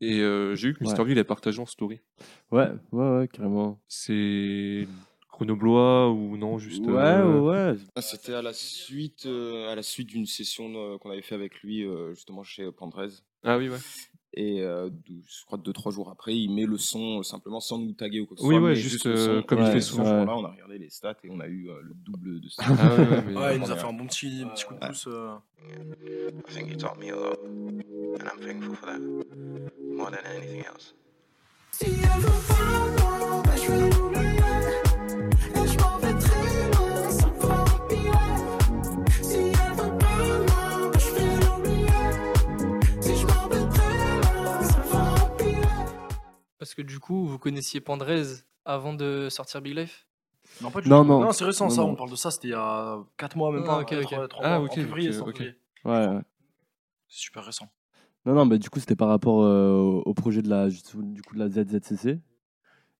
A: Et euh, j'ai vu que
D: Ouais.
A: Mister V il a partagé en story.
D: ouais, ouais, ouais, carrément.
A: C'est Chronoblois ou non, juste.
D: ouais,
A: euh,
D: ouais, ouais.
F: Ah, C'était à la suite, euh, à la suite d'une session euh, qu'on avait fait avec lui euh, justement chez Pandrez.
A: Ah oui, ouais.
F: Et euh, dou- je crois deux trois jours après, il met le son euh, simplement sans nous taguer ou quoi que ce
A: Oui,
F: soit.
A: ouais,
F: mais
A: juste,
F: le
A: euh,
F: son.
A: comme
D: il
F: Et
D: fait
F: ce
D: souvent.
F: jour-là, on a regardé les stats et on a eu euh, le double de ça.
A: Ah ouais, ouais, mais-
E: Ouais, il nous a
F: Ouais.
E: fait un bon petit, petit coup de
F: Ouais.
E: pouce. euh,
G: I think you taught me a lot, and I'm thankful for that more than anything else.
I: Si elle veut vraiment, ben je vais l'oublier. Et je m'en vais très loin, sans pouvoir oublier. Si elle veut vraiment, ben je vais l'oublier. Si je m'en vais très loin, sans pouvoir oublier.
B: Parce que du coup, vous connaissiez Pandrez avant de sortir Big Life
E: Non, pas du
D: Non,
E: tout.
D: non.
E: c'est récent
D: Non,
E: ça,
D: non.
E: on parle de ça, c'était il y a 4 mois, même
B: Ah,
E: pas.
B: ok,
E: quatre,
B: ok.
E: euh, trois
A: Ah,
E: mois,
A: ok,
E: en février,
A: ok,
E: c'est en
A: ok.
E: février.
D: ouais, ouais.
E: C'est super récent.
D: Non, non, mais du coup, c'était par rapport euh, au- au projet de la, du coup, de la ZZCC.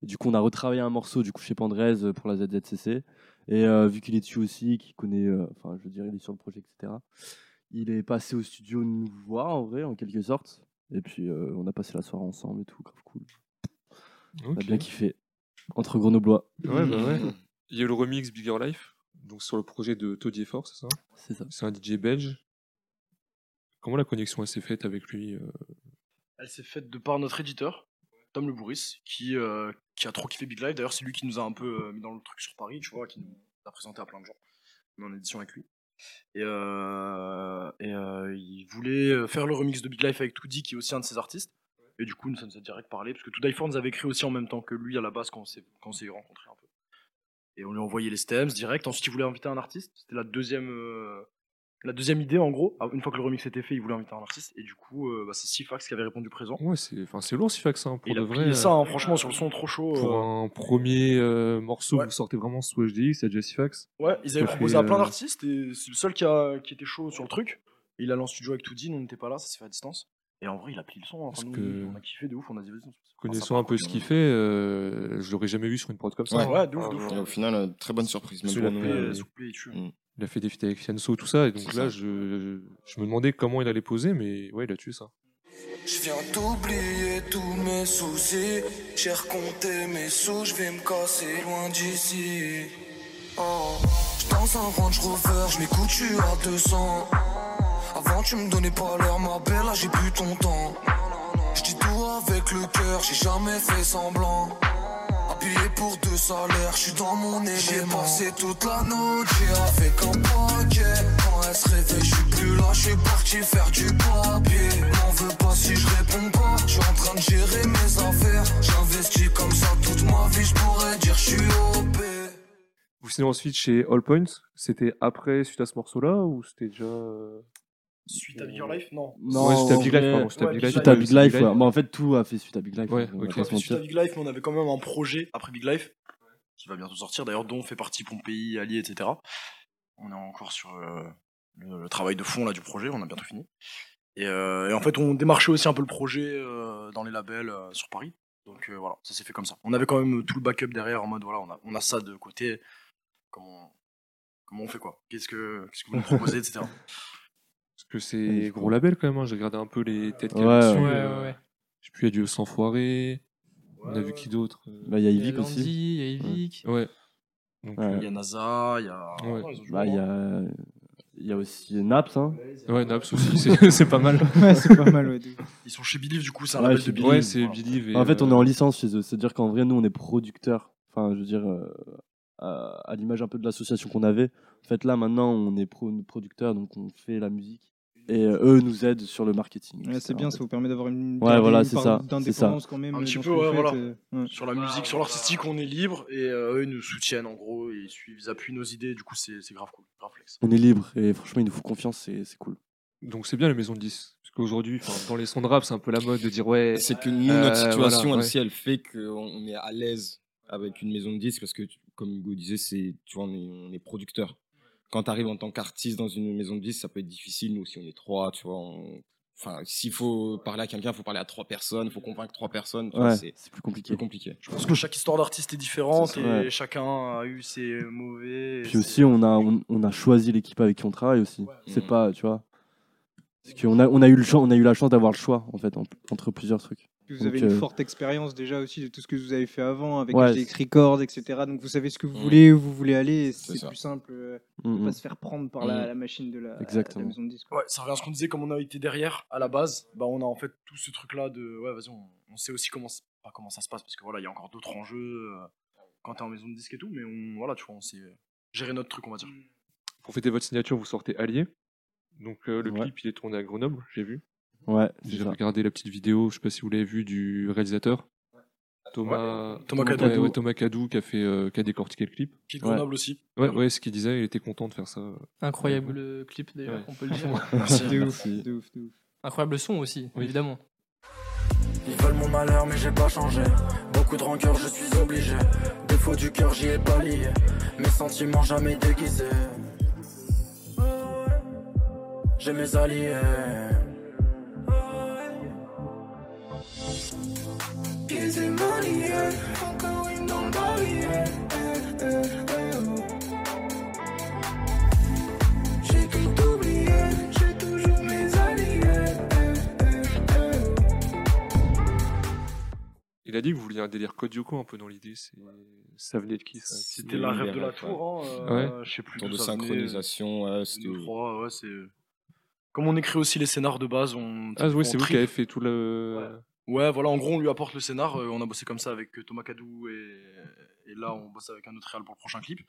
D: Et du coup, on a retravaillé un morceau du coup chez Pandrez euh, pour la ZZCC. Et euh, vu qu'il est dessus aussi, qu'il connaît, euh, enfin, je dirais, il est sur le projet, etc. Il est passé au studio nous voir en vrai, en quelque sorte. Et puis, euh, on a passé la soirée ensemble et tout, grave cool. On a
A: Ok.
D: bien kiffé. entre Grenoblois.
A: Ouais, bah ouais. Il y a le remix Bigger Life, donc sur le projet de Toddy Effort, c'est ça
D: C'est ça.
A: C'est un DJ belge. Comment la connexion elle s'est faite avec lui euh,
E: Elle s'est faite de par notre éditeur, Tom Le Bourris, qui, euh, qui a trop kiffé Big Live. D'ailleurs, c'est lui qui nous a un peu euh, mis dans le truc sur Paris, tu vois, qui nous a présenté à plein de gens. On est en édition avec lui. Et, euh, et euh, il voulait euh, faire le remix de Big Life avec Toody, qui est aussi un de ses artistes. Et du coup, nous, ça nous a direct parlé, parce que Toody Forms avait écrit aussi en même temps que lui à la base quand on s'est quand on s'est rencontrés un peu. Et on lui a envoyé les stems direct. Ensuite, il voulait inviter un artiste. C'était la deuxième. euh, la deuxième idée, en gros, Ah, une fois que le remix était fait, il voulait inviter un artiste, et du coup, euh, bah, c'est Sifax qui avait répondu présent.
A: Ouais, c'est enfin, c'est lourd, Sifax, hein, pour
E: Il
A: de
E: a
A: vrai.
E: plié ça, hein, franchement, sur le son trop chaud.
A: Pour
E: euh,
A: un premier euh, morceau,
E: Ouais.
A: vous sortez vraiment sous HDX, c'est Sifax.
E: Ouais, ils
A: Ça
E: avaient
A: fait,
E: proposé à plein
A: euh,
E: d'artistes et c'est le seul qui, a, qui était chaud sur le truc. Et Il a lancé le studio avec Toody, nous on n'était pas là, ça s'est fait à distance. Et en vrai, il a plié le son. hein. Enfin,
A: Parce
E: nous,
A: que-
E: On a kiffé de ouf, on a dit vas-y. on se-
A: Connaissant un peu ce qu'il fait, euh, je l'aurais jamais vu sur une prod comme ça.
F: Ouais.
E: Ouais, de ouf,
A: Ah,
E: de ouf.
F: Et au final, euh, très bonne surprise, même
A: Sous
F: pour
A: la
F: nous.
A: plaie,
F: euh,
E: Euh, souple et tu-
A: Il a fait des feats avec Fianso, tout ça, et donc
F: C'est
A: là,
F: ça.
A: je, je me demandais comment il allait poser, mais ouais, il a tué ça.
G: Je viens d'oublier tous mes soucis. J'ai recompté mes sous, je vais me casser loin d'ici. Oh. Je danse un Range Rover, je m'écoute, tu à 200. Avant, tu me donnais pas l'heure, ma belle, là j'ai plus ton temps. Je dis tout avec le cœur, j'ai jamais fait semblant. Appuyé pour deux salaires, je suis dans mon élément. J'ai passé toute la noche avec un paquet. Quand elle se réveille, je suis plus là, je suis parti faire du papier. M'en veux pas si je réponds pas, je suis en train de gérer mes affaires. J'investis comme ça toute ma vie, je pourrais dire je suis OP.
A: Vous signez ensuite chez All Points, c'était après, suite à ce morceau-là, ou c'était déjà. euh,
E: Suite à Bigger Life Non.
A: ouais,
D: Non,
A: c'était à
D: en
A: Big
D: vrai,
A: Life, pardon, c'était à
E: ouais,
A: Big
E: Big
A: Life.
D: Suite à Big Life,
A: Big
D: ouais. Bah, en fait, tout a fait suite à Big Life.
A: Ouais,
D: on va
A: ok.
D: pas
E: On a
D: se
E: fait suite à
D: mentir.
E: Big Life, mais on avait quand même un projet après Big Life qui va bientôt sortir, d'ailleurs, dont fait partie Pompéi, Ali, etc. On est encore sur euh, le, le travail de fond là, du projet, on a bientôt fini. Et, euh, et en fait, on démarchait aussi un peu le projet euh, dans les labels euh, sur Paris. Donc euh, voilà, ça s'est fait comme ça. On avait quand même tout le backup derrière en mode voilà, on a, on a ça de côté. Comment, comment on fait quoi Qu'est-ce que, qu'est-ce que vous nous proposez, etc.
A: Parce que
D: Ouais,
A: c'est
D: je
A: gros
D: crois.
A: label quand même, hein, j'ai regardé un peu les têtes qu'il y
D: Ouais,
A: avait
D: ouais.
A: dessus.
B: Ouais,
A: euh,
B: ouais, ouais.
A: Je sais plus, il y a du Sans Foiré, on a vu qui d'autre euh,
D: Bah, il y a Yvick
B: Landy,
D: aussi.
B: Il y a Evic.
A: Ouais. Donc,
D: Ouais.
A: euh,
E: Il y a NASA, il y a.
A: Ouais.
E: Non, ils ont joué,
D: Bah, il y
E: hein.
D: a, il y a aussi Naps. Hein.
A: euh, ouais, Naps aussi, c'est- c'est pas mal.
C: Ouais, c'est pas mal, ouais. de ouf.
E: Ils sont chez Believe du coup, c'est un
D: Ouais,
E: label
D: chez
E: de
D: Believe,
E: Believe.
A: Ouais, c'est
E: voilà.
A: Believe. et,
D: En fait, on est
A: euh,
D: en licence chez eux. C'est-à-dire qu'en vrai, nous, on est producteurs. Enfin, je veux dire, euh, à, à l'image un peu de l'association qu'on avait. En fait, là, maintenant, on est pro- producteurs, donc on fait la musique. Et euh, eux nous aident sur le marketing.
C: Ouais,
D: etc.
C: c'est bien, ça vous permet d'avoir une,
D: Ouais, voilà,
C: une
D: c'est
C: part
D: ça,
C: d'indépendance quand même.
E: Un
C: euh,
E: petit
C: dans ce
E: peu,
C: que vous
E: ouais,
C: faites,
E: voilà.
C: euh, ouais.
E: sur la musique, sur l'artistique, on est libre et euh, eux ils nous soutiennent en gros, ils suivent, ils appuient nos idées, du coup c'est c'est grave cool, grave flex.
D: On est libre et franchement, ils nous font confiance, c'est c'est cool.
A: Donc c'est bien les maisons de 10. Parce qu'aujourd'hui, enfin, dans les sons de rap, c'est un peu la mode de dire ouais.
F: C'est que nous, notre
A: Euh,
F: situation,
A: voilà,
F: elle,
A: ouais.
F: aussi, elle fait qu'on est à l'aise avec une maison de disques parce que, tu- comme Hugo disait, c'est, tu vois, on est, on est producteur. Quand tu arrives en tant qu'artiste dans une maison de disques, ça peut être difficile. Nous aussi, on est trois, tu vois. on- Enfin, s'il faut parler à quelqu'un, il faut parler à trois personnes, il faut convaincre trois personnes. tu vois,
D: Ouais,
F: c'est
D: c'est plus compliqué.
F: c'est compliqué.
E: Je pense que chaque histoire d'artiste est différente
D: C'est
E: et
D: ça, ouais.
E: chacun a eu ses mauvais. et
D: Puis
E: ses-
D: aussi, on a, on, on a choisi l'équipe avec qui on travaille aussi. C'est
F: Mhm.
C: Mm.
D: pas, tu vois. Parce qu'on a, on a, eu le chan- on a eu la chance d'avoir le choix, en fait, en- entre plusieurs trucs.
C: Puis Vous
D: Donc,
C: avez
D: euh,
C: une forte expérience déjà aussi de tout ce que vous avez fait avant avec
D: Ouais,
C: les records, etc. Donc vous savez ce que vous
F: Mm.
C: voulez, où vous voulez aller. et C'est
F: ça.
C: plus simple euh, de
D: Mhm.
C: pas se faire prendre par la,
F: Mm.
C: la machine de la, de
D: Exactement.
C: la maison de disque.
E: Ouais, ça revient à ce qu'on disait, comme on a été derrière à la base, bah on a en fait tout ce truc là de ouais, vas-y, on, on sait aussi comment, c- pas comment ça se passe parce que voilà, il y a encore d'autres enjeux euh, quand t'es en maison de disque et tout, mais on, voilà, tu vois, on sait gérer notre truc, on va dire.
D: Mm.
A: Pour fêter votre signature, vous sortez Allier. Donc euh, le
D: Ouais.
A: clip, il est tourné à Grenoble, j'ai vu.
D: Ouais, c'est
A: J'ai
D: ça.
A: regardé la petite vidéo, je sais pas si vous l'avez vu, du réalisateur. Thomas,
E: Thomas
A: Ouais,
E: Cadou.
A: ouais, Thomas Cadou qui a, fait, euh, qui a décortiqué le clip.
E: Qui est de
D: Ouais.
E: Grenoble aussi.
A: Ouais, ouais, ce qu'il disait, il était content de faire ça.
B: Incroyable le clip d'ailleurs,
A: Ouais.
B: on peut le dire.
E: Merci.
C: De ouf,
D: Merci.
C: de ouf, de ouf.
B: Incroyable le son aussi,
A: Oui.
B: évidemment.
G: Ils veulent mon malheur mais j'ai pas changé Beaucoup de rancœur je suis obligé Défaut du cœur j'y ai pas lié Mes sentiments jamais déguisés J'ai mes alliés
I: Is it money? Yeah, I'm going nobody. Yeah, eh, eh, eh, oh. J'ai tout oublié, j'ai toujours mes alliés. eh, eh, eh, oh.
A: Il a dit que vous vouliez un délire Kodioko un peu dans l'idée. c'est- Ça venait de qui ça
E: C'était la rêve de la tour, hein, euh, je sais plus
F: Tour
E: d'où
F: de
E: ça venait.
F: synchronisation, ouais,
E: Une,
F: c'était-
A: Mm.
E: deux, trois, ouais, c'est- euh, Comme on écrit aussi les scénars de base, on.
A: Ah
E: on
A: oui, c'est vous
E: tripe.
A: qui avez fait tout le.
E: Ouais, voilà, en gros, on lui apporte le scénar. euh, on a bossé comme ça avec euh, Thomas Cadou et, et là, on bosse avec un autre réal pour le prochain clip.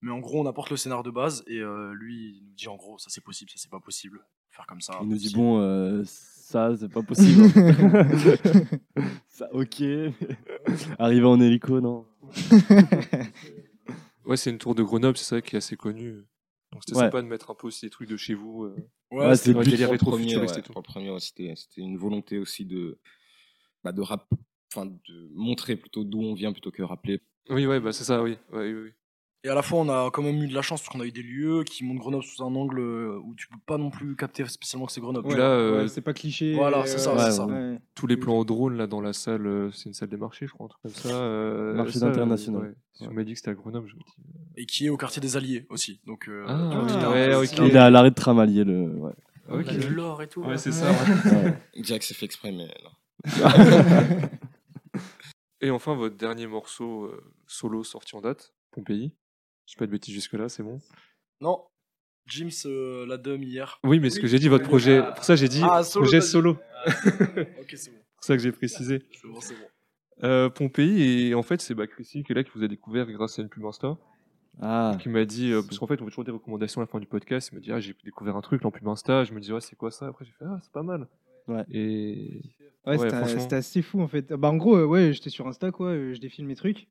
E: Mais en gros, on apporte le scénar de base et euh, lui, il nous dit en gros, ça c'est possible, ça c'est pas possible. Faire comme ça.
D: Il nous dit
E: possible.
D: bon, euh, ça c'est pas possible. ça, ok. Arrivé en hélico, non.
A: Ouais, c'est une tour de Grenoble, c'est ça qui est assez connue. Donc c'était
D: Ouais.
A: sympa de mettre un peu aussi des trucs de chez vous. euh.
E: Ouais,
D: Ouais,
E: c'était-
D: c'est le
A: ouais,
D: but.
A: délire
F: Trois premiers,
A: rétro-futuriste
F: ouais,
A: et tout.
F: trois premiers, ouais, c'était c'était une volonté aussi de, bah, de, rap- enfin, de montrer plutôt d'où on vient plutôt que rappeler.
A: Oui, ouais, bah c'est ça, oui. Ouais, oui, oui.
E: Et à la fois, on a quand même eu de la chance parce qu'on a eu des lieux qui montrent Grenoble sous un angle euh, où tu peux pas non plus capter spécialement que c'est Grenoble.
A: Ouais.
E: Là,
A: Là, euh,
C: c'est pas cliché. euh,
E: voilà, c'est ça,
D: ouais,
E: c'est ça.
D: ouais.
C: ouais.
A: Tous
E: Mm.
A: les plans au drone là dans la salle, euh, c'est une salle des marchés, je crois, un truc comme ça. euh,
D: Marché
A: ça, euh,
D: international.
A: ouais. Si on
D: Ouais.
A: m'a dit que c'était à Grenoble, je me dis.
E: Et qui est au quartier des Alliés aussi. Donc, euh,
A: Ah,
E: donc,
A: ouais,
E: c'était un
A: ouais,
E: peu
A: ok.
E: aussi-
D: Il est à l'arrêt de tram allié, le. ouais.
B: On a le lore et tout.
A: Ouais,
B: là.
A: c'est ça. ouais.
D: Ouais.
F: Jack s'est fait exprès, mais non.
A: Et enfin, votre dernier morceau euh, solo sorti en date, Pompéi. Je dis pas de bêtises jusque-là, c'est bon.
E: Non, James, euh, la dame hier.
A: Oui, mais ce que j'ai dit, votre projet. Pour ça, j'ai dit
E: Ah, solo,
A: projet
E: t'as dit.
A: solo.
E: ok, c'est
A: C'est
E: bon.
A: pour ça que j'ai précisé.
E: C'est bon, c'est bon.
A: Euh, Pompéi, et en fait, c'est bah, Chrissy qui est là, qui vous a découvert grâce à une pub Insta.
D: Ah,
A: qui m'a dit, euh, parce qu'en fait, on fait toujours des recommandations à la fin du podcast. Il m'a dit, ah, j'ai découvert un truc, là, en pub Insta. Je me dis, ouais, c'est quoi ça Après, j'ai fait, ah, c'est pas mal.
D: Ouais.
A: Et.
C: Ouais,
A: Ouais,
C: c'était-
A: franchement.
C: c'était assez fou en fait. Bah, en gros, euh, ouais, j'étais sur Insta, quoi, euh, je défile mes trucs.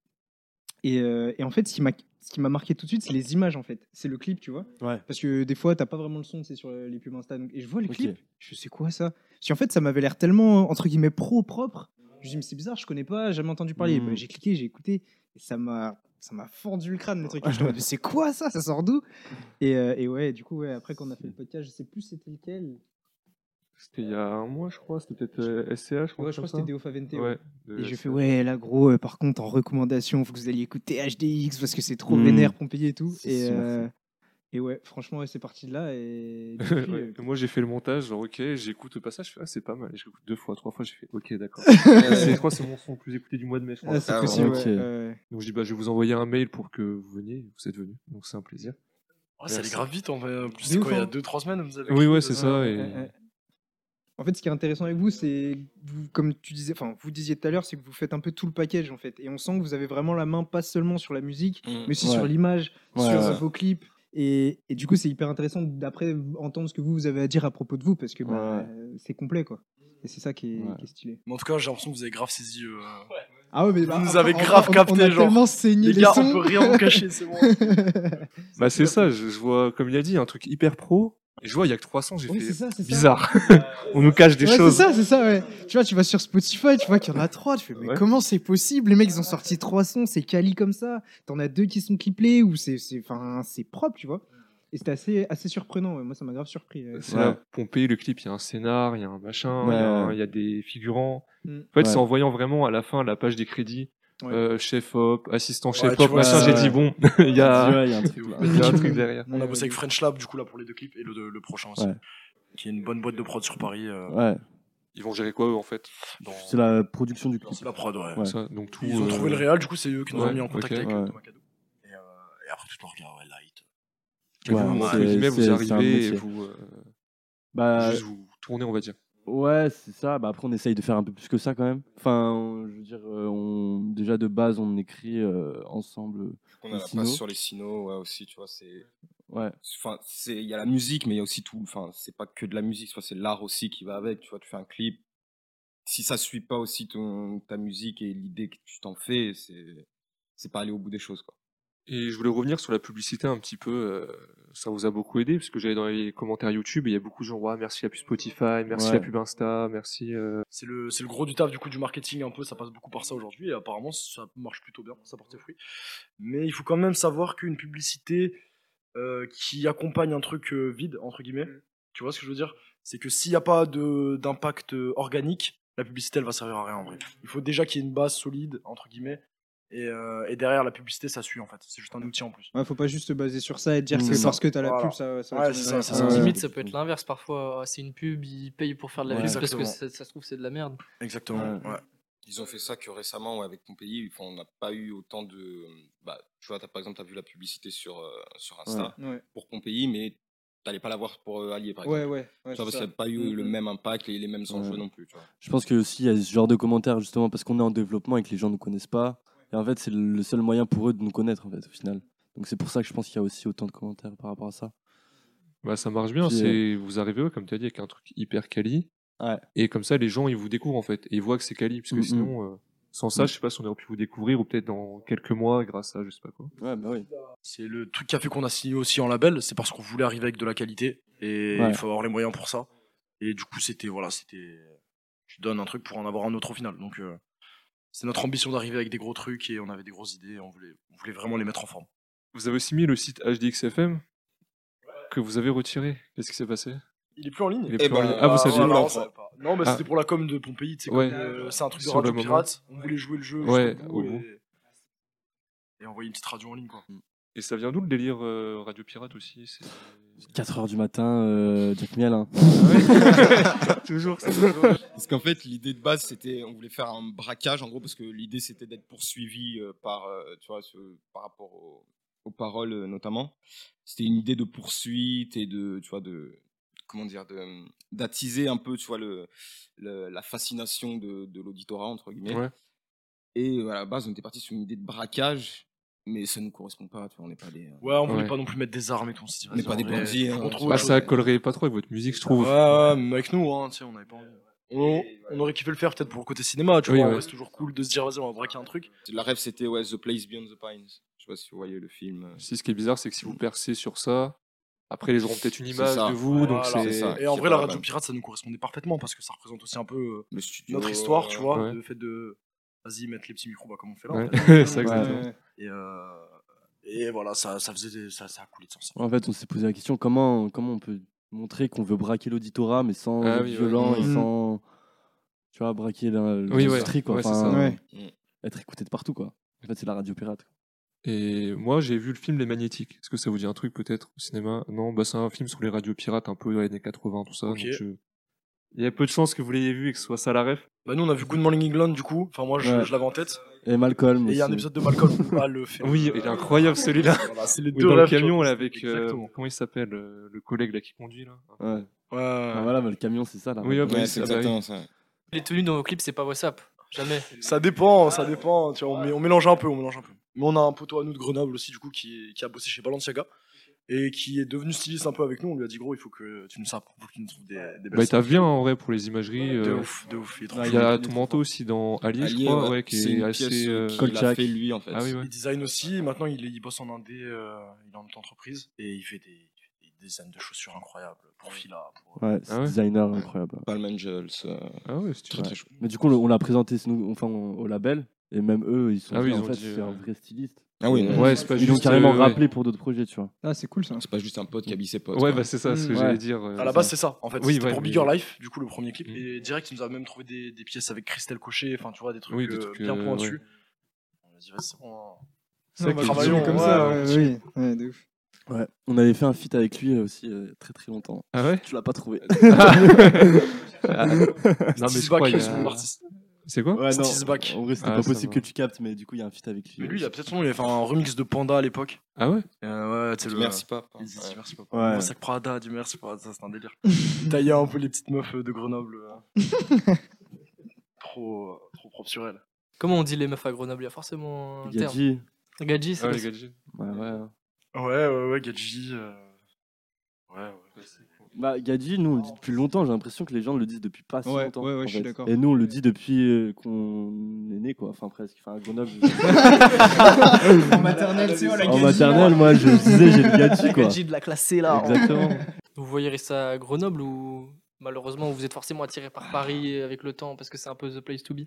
C: Et, euh, et en fait, ce qui m'a- ce qui m'a marqué tout de suite, c'est les images en fait. C'est le clip, tu vois.
D: Ouais.
C: Parce que des fois, t'as pas vraiment le son, c'est sur les pubs Insta. donc- Et je vois les
D: Ok.
C: clips, je sais quoi ça Parce qu'en fait, ça m'avait l'air tellement, entre guillemets, pro propre. Je me dis, mais c'est bizarre, je connais pas, jamais entendu parler.
D: Mm.
C: Bah, j'ai cliqué, j'ai écouté, et ça m'a. Ça m'a fendu le crâne, le truc. J'étais en mode, mais c'est quoi ça Ça sort d'où et, euh, et ouais, du coup, ouais, après qu'on a fait le podcast, je sais plus c'était lequel.
A: C'était il y a un mois, je crois. C'était peut-être euh, SCH.
C: Ouais, je crois que c'était Deo Favente. ouais.
A: Ouais. de
C: Et j'ai fait,
A: SCH.
C: ouais, là, gros, euh, par contre, en recommandation, faut que vous alliez écouter HDX parce que c'est trop
D: Mm.
C: vénère, Pompéi et tout.
D: C'est
C: Et,
D: sûr,
C: euh, et ouais, franchement, ouais, c'est parti de là. Et
A: Ouais,
C: depuis, euh,
A: et Moi j'ai fait le montage, genre ok, j'écoute au passage, je fais, ah, c'est pas mal. Et je l'écoute deux fois, trois fois, j'ai fait ok, d'accord. C'est- je crois que c'est mon son le plus écouté du mois de mai. je crois.
C: ah, c'est
F: Ah,
C: possible.
D: ok.
C: ouais, ouais.
A: Donc je dis, bah, je vais vous envoyer un mail pour que vous veniez, vous êtes venu. Donc c'est un plaisir.
E: Ouais, Ah, ça allait
A: Merci.
E: grave vite en vrai. En plus,
C: De
E: c'est
C: ouf,
E: quoi, il y a
C: hein.
E: 2-3 semaines vous avez
A: Oui,
E: écrit,
A: ouais,
E: euh,
A: c'est ça. Et...
C: Ouais, ouais. En fait, ce qui est intéressant avec vous, c'est que vous- comme tu disais, enfin, vous disiez tout à l'heure, c'est que vous faites un peu tout le package en fait, et on sent que vous avez vraiment la main pas seulement sur la musique, mais aussi
D: Ouais.
C: sur l'image,
D: Ouais,
C: sur
D: ouais.
C: vos clips. Et, et du coup, c'est hyper intéressant d'après entendre ce que vous, vous avez à dire à propos de vous, parce que bah,
D: Ouais.
C: euh, c'est complet, quoi. Et c'est ça qui est-
D: Ouais.
C: qui est stylé.
E: Mais en tout cas, j'ai l'impression que vous avez grave saisi. euh,
C: Ah ouais, mais
E: Vous
C: bah,
E: nous
C: après,
E: avez
C: on-
E: grave
C: on-
E: capté,
C: on a
E: genre.
C: tellement saigné
E: Les
C: les
E: gars,
C: sons.
E: on peut rien vous cacher, c'est bon.
A: Bah, c'est ça, je, je vois, comme il a dit, un truc hyper pro. Et je vois, il y a que 300, j'ai
C: Oui,
A: fait
C: c'est ça, c'est ça.
A: bizarre. On nous cache des
C: ouais,
A: choses.
C: C'est ça, c'est ça, ouais. Tu vois, tu vas sur Spotify, tu vois qu'il y en a trois. Tu fais, mais
A: Ouais.
C: comment c'est possible Les mecs, ils ont sorti trois sons, c'est quali comme ça. T'en as deux qui sont cliplés ou c'est, c'est, enfin, c'est propre, tu vois. Et c'était assez, assez surprenant. ouais. Moi, ça m'a grave surpris. euh, ouais.
A: C'est
D: Ouais.
A: la Pompée, le clip, il y a un scénar, il y a un machin, il y, a un- il y a des figurants.
C: Mm.
A: En fait,
D: Ouais.
A: c'est en voyant vraiment à la fin la page des crédits,
C: Ouais.
A: euh, chef hop, assistant
E: Ouais,
A: chef
E: tu
A: hop,
E: vois,
A: machin,
D: c'est-
A: j'ai dit bon, il y a,
D: Ouais, il y a un truc.
E: Ah, C'est ouf.
A: il y a un truc derrière.
E: On a
C: Ouais,
E: bossé avec French Lab, du coup, là, pour les deux clips et le, le prochain aussi.
D: Ouais.
E: Qui est une bonne boîte de prod sur Paris. euh,
D: Ouais,
A: Ils vont gérer quoi eux en fait
E: dans-
D: c'est la production du clip.
E: C'est la prod, ouais.
D: Ouais.
A: Ça, Donc tout.
E: Ils ont
A: euh,
E: trouvé le Real, du coup, c'est eux qui nous
A: ouais,
E: ont mis en contact
A: ok,
E: avec euh,
D: ouais.
E: Thomas Cadou. Et, euh, et après, tout le regard, ouais, light.
A: et vous,
D: Ouais,
A: entre
D: c'est-
A: guillemets,
D: c'est-
A: vous
D: c'est un
A: arrivez et
D: métier.
A: vous, euh,
D: Bah,
A: juste vous tournez, on va dire.
D: Ouais, c'est ça. Bah, après, on essaye de faire un peu plus que ça quand même. Enfin, on- je veux dire, euh, on, déjà de base, on écrit euh, ensemble.
F: On a la
D: Sino.
F: passe sur les sinos ouais, aussi, tu vois, c'est.
D: Ouais,
F: Enfin, c'est- il y a la musique, mais il y a aussi tout. Enfin, c'est pas que de la musique, tu vois, c'est l'art aussi qui va avec. Tu vois, tu fais un clip. Si ça suit pas aussi ton, ta musique et l'idée que tu t'en fais, c'est, c'est pas aller au bout des choses, quoi.
A: Et je voulais revenir sur la publicité un petit peu. euh, ça vous a beaucoup aidé parce que j'allais dans les commentaires YouTube et il y a beaucoup de gens ouais, merci la pub Spotify, merci
D: Ouais.
A: la pub Insta, merci. euh,
E: C'est le, c'est le gros du taf du coup du marketing un peu, ça passe beaucoup par ça aujourd'hui et apparemment ça marche plutôt bien, ça porte ses fruits. Mais il faut quand même savoir qu'une publicité euh, qui accompagne un truc euh, vide, entre guillemets, tu vois ce que je veux dire C'est que s'il n'y a pas de- d'impact euh, organique, la publicité elle va servir à rien en vrai. Il faut déjà qu'il y ait une base solide, entre guillemets, et, euh, et derrière la publicité ça suit en fait, c'est juste un outil en plus.
C: Ouais, faut pas juste se baser sur ça et dire
D: Mm.
C: que parce que t'as la
E: Mmh. Voilà.
C: pub, ça, ça
E: Ouais,
C: te-
E: c'est ça, c'est
C: Ouais,
E: ça.
C: ouais.
B: Limite, ça peut être l'inverse parfois. C'est une pub, ils payent pour faire de la
D: Ouais.
B: pub parce que
E: Exactement.
B: ça, ça se trouve, c'est de la merde.
E: Exactement,
D: Ouais.
E: ouais.
F: Ils ont fait ça que récemment ouais, avec Pompéi. Enfin, on n'a pas eu autant de. Bah, tu vois, as, par exemple, tu as vu la publicité sur, euh, sur Insta
C: Ouais,
F: pour Pompéi, mais t'allais pas la voir pour euh, Allier, par exemple.
C: ouais, ouais. ouais,
F: Tu vois,
C: c'est
F: parce qu'il
C: ça.
F: n'y a pas eu le
C: Mhm.
F: même impact et les mêmes enjeux
D: Ouais.
F: non plus. Tu vois.
D: Je pense que aussi il y a ce genre de commentaires justement parce qu'on est en développement et que les gens ne nous connaissent pas. Et en fait, c'est le seul moyen pour eux de nous connaître en fait au final. Donc c'est pour ça que je pense qu'il y a aussi autant de commentaires par rapport à ça.
A: Bah, ça marche bien,
D: Puis,
A: c'est vous arrivez, ouais, comme tu as dit, avec un truc hyper quali.
D: Ouais.
A: Et comme ça, les gens, ils vous découvrent en fait. Et ils voient que c'est quali, parce que
D: Mm, mm.
A: sinon, euh, sans ça, je sais pas si on aurait pu vous découvrir, ou peut-être dans quelques mois, grâce à je sais pas quoi.
D: Ouais, bah oui.
E: C'est le truc qui a fait qu'on a signé aussi en label, c'est parce qu'on voulait arriver avec de la qualité et
D: Ouais.
E: il faut avoir les moyens pour ça. Et du coup, c'était voilà, c'était tu donnes un truc pour en avoir un autre au final. Donc euh, c'est notre ambition d'arriver avec des gros trucs et on avait des grosses idées, et on voulait on voulait vraiment les mettre en forme.
A: Vous avez aussi mis le site HDXFM que vous avez retiré. Qu'est-ce qui s'est passé
E: Il est plus en ligne.
A: Il est plus
F: ben,
A: en ligne. Ah,
C: bah,
A: vous
F: ah,
A: saviez
F: voilà.
E: non, on savait pas. Non, mais
A: Ah.
E: c'était pour la com de Pompéi, tu sais,
A: Ouais.
E: comme, euh, c'est un truc de
A: Sur le
E: radio
A: moment.
E: pirate, on voulait jouer le jeu
A: Ouais,
E: jusqu'au
A: au
E: bout
A: bout.
E: et... et envoyer une petite radio en ligne quoi.
A: Et ça vient d'où le délire euh, Radio Pirate aussi c'est-
D: 4 heures du matin, euh, Jack Miel. hein.
B: Toujours.
F: Parce qu'en fait, l'idée de base, c'était, on voulait faire un braquage, en gros, parce que l'idée, c'était d'être poursuivi euh, par, euh, tu vois, ce- par rapport au- aux paroles, euh, notamment. C'était une idée de poursuite et de, tu vois, de, comment dire, de, d'attiser un peu, tu vois, le, le- la fascination de, de l'auditorat, entre guillemets.
A: Ouais.
F: Et euh, à la base, on était parti sur une idée de braquage, mais ça ne nous correspond pas, tu vois, on n'est pas des, euh,
E: Ouais, on voulait
A: Ouais.
E: pas non plus mettre des armes et tout, on s'est dit,
F: on n'est
E: vas-y,
F: pas des
E: en vrai,
F: bandits. hein,
E: on
F: tu
E: trouve
F: vois.
A: Ah, ça collerait pas trop avec votre musique, je trouve.
E: Ouais, ouais, mais avec nous, hein, tu sais, on avait pas envie. On, on aurait kiffé le faire peut-être pour le côté cinéma, tu
A: Oui,
E: vois.
A: ouais.
E: ouais, C'est toujours cool de se dire, vas-y, on va braquer un truc.
F: La rêve, c'était, ouais, The Place Beyond the Pines. Je sais pas si vous voyez le film. euh,
A: Si ce qui est bizarre, c'est que si vous percez sur ça, après les gens ont peut-être une
F: C'est
A: image
F: ça.
A: de vous, donc
E: Voilà.
A: c'est.
F: C'est ça.
E: Et en
F: C'est pas
E: vrai, la
F: la
E: radio
F: même.
E: pirate, ça nous correspondait parfaitement parce que ça représente aussi un peu euh,
F: le studio,
E: notre histoire, tu vois.
A: Ouais.
E: Le fait de, vas-y, mettre les petits micros, bah, comme on fait là.
A: Ouais.
E: en
A: C'est
E: fait.
A: ça,
D: Ouais.
A: exactement.
C: Ouais.
E: Et, euh, et voilà, ça, ça, faisait des- ça, ça a coulé de sens.
D: En fait, on s'est posé la question comment, comment on peut montrer qu'on veut braquer l'auditorat, mais sans
A: Ah
D: être
A: oui, ouais.
D: violent et
E: Mmh.
C: Mhm.
D: sans. Tu vois, braquer la-
A: Oui,
D: l'industrie,
A: ouais.
D: quoi.
A: Ouais, c'est
D: Enfin,
A: ça.
C: Ouais.
D: Être écouté de partout, quoi. En fait, c'est la radio pirate.
A: Et moi, j'ai vu le film Les Magnétiques. Est-ce que ça vous dit un truc peut-être au cinéma Non, bah c'est un film sur les radios pirates, un peu dans les années 80, tout ça.
E: Ok.
A: donc je- Il y a peu de chances que vous l'ayez vu et que ce soit ça la ref.
E: Bah, nous, on a vu Good Morning England, du coup. Enfin, moi, je,
D: Ouais.
E: je l'avais en tête.
D: Et Malcolm.
E: Et il y a un
D: aussi.
E: épisode de Malcolm où Mal le fait.
A: Oui, il est incroyable, celui-là.
E: Voilà, c'est les
A: Ou
E: deux
A: dans le
E: rêves, tu
A: camion
E: vois.
A: là avec euh,
E: Exactement.
A: comment il s'appelle euh, le collègue là qui conduit là.
D: Ouais.
E: Ouais, ouais,
D: Ah,
E: ouais.
D: voilà, bah, le camion, c'est ça, là.
A: Oui, hop.
F: Ouais, c'est
A: Ah bah oui.
F: exactement ça.
B: Les tenues dans vos clips, c'est pas WhatsApp. Jamais.
E: Ça dépend, ça dépend. Tu vois, on, mé- on mélange un peu, on mélange un peu. Mais on a un poteau à nous de Grenoble aussi, du coup, qui, est- qui a bossé chez Balenciaga et qui est devenu styliste un peu avec nous. On lui a dit, gros, il faut que tu nous, sapes, faut que tu nous trouves des, des belles
A: Bah il tape
E: sapes.
A: bien en vrai pour les imageries.
E: De
A: euh,
E: ouf, de ouf. Il est trop
A: Il y
E: chaud.
A: a ton manteau aussi dans Allier, je
F: Allier,
A: crois,
F: ouais,
A: ouais, qui
F: c'est
A: est
F: une
A: assez.
F: pièce,
A: euh,
F: euh, qu'il a
D: Kolchak.
F: fait lui en fait.
A: Ah oui, ouais.
E: Il design aussi. Maintenant, il, est- il bosse en indé, euh, il est en entreprise et il fait des, il fait des dizaines de chaussures incroyables pour Fila. Pour...
D: Ouais, c'est
A: Ah ouais
D: designer incroyable.
F: Palm Angels, euh,
A: Ah ouais, si tu
F: très
A: veux.
F: très chaud.
D: Mais du coup, on on l'a présenté ce nou- enfin, au au label, et même eux, ils sont
A: Ah oui,
D: dit,
A: ils
D: en
A: ont
D: fait,
A: dit,
D: c'est
A: euh,
D: un vrai styliste.
F: Ah oui,
D: Et,
F: non,
D: euh,
A: Ouais, c'est pas
D: ils
A: juste.
D: l'ont carrément
A: euh, ouais.
D: rappelé pour d'autres projets, tu vois.
C: Ah, c'est cool ça.
F: c'est pas juste un pote qui habille ses potes.
A: Ouais,
F: quoi.
A: bah c'est ça ce que
D: Ouais.
A: j'allais dire. euh,
E: À la base, c'est ça, en fait.
A: Oui,
E: C'était
A: ouais,
E: pour
A: mais-
E: Bigger Life, du coup, le premier clip.
A: Mm.
E: Et direct, il nous a même trouvé des, des pièces avec Christelle Cochet, enfin, tu vois, des trucs,
A: Oui, des
E: euh,
A: trucs,
E: bien
A: euh,
E: pointus.
A: ouais.
E: On a dit, vas-y, on-
A: C'est
E: bah,
A: ça qui est
E: travaillons,
A: dur.
C: comme
E: ouais,
C: ça,
E: ouais,
C: ouais, oui. Ouais, de ouf.
D: Ouais. On avait fait un feat avec lui euh, aussi euh, très très longtemps.
A: Ah ouais
D: Tu l'as pas trouvé.
A: Ah. Non, mais je
E: Steve
A: crois,
E: Bac,
A: il y
E: son nom
A: a-
E: d'artiste.
A: C'est quoi
D: Ouais,
E: non, Steve Bac.
D: En vrai, c'était
A: Ah,
D: pas
A: ça
D: possible
A: va.
D: que tu captes, mais du coup, il y a un feat avec lui.
E: Mais lui, il a peut-être son nom, il avait fait un remix de Panda à l'époque.
A: Ah ouais
E: Euh, ouais, tu sais,
F: Dis
E: le.
F: Merci pas.
E: Il dit merci papa.
D: Ouais.
E: Moi, Sac Prada, du merci Prada, ça c'est un délire. Il taillait un peu les petites meufs euh, de Grenoble. euh. trop, euh, trop propre sur elles.
B: Comment on dit les meufs à Grenoble Il y a forcément un
D: Il a
B: terme.
D: dit.
B: Gadji, c'est
A: Ah,
B: quoi
A: les gadgets.
D: Ouais, ouais.
E: Ouais, ouais, ouais, Gadji. euh, Ouais, ouais.
D: Bah, Gadji, nous, on le dit depuis longtemps. J'ai l'impression que les gens le disent depuis pas si
C: Ouais,
D: longtemps.
C: ouais, ouais,
D: en
C: je suis
D: fait.
C: d'accord.
D: Et nous, on le dit depuis euh, qu'on est né, quoi. Enfin, presque. Enfin, à Grenoble.
C: En maternelle, c'est la
D: en maternelle, moi, je disais, j'ai le Gadji, quoi.
B: Gadji de la classée là.
D: Exactement.
B: Vous voyez rester à Grenoble ou malheureusement vous êtes forcément attiré
E: Ah.
B: par Paris avec le temps parce que c'est un peu the place to be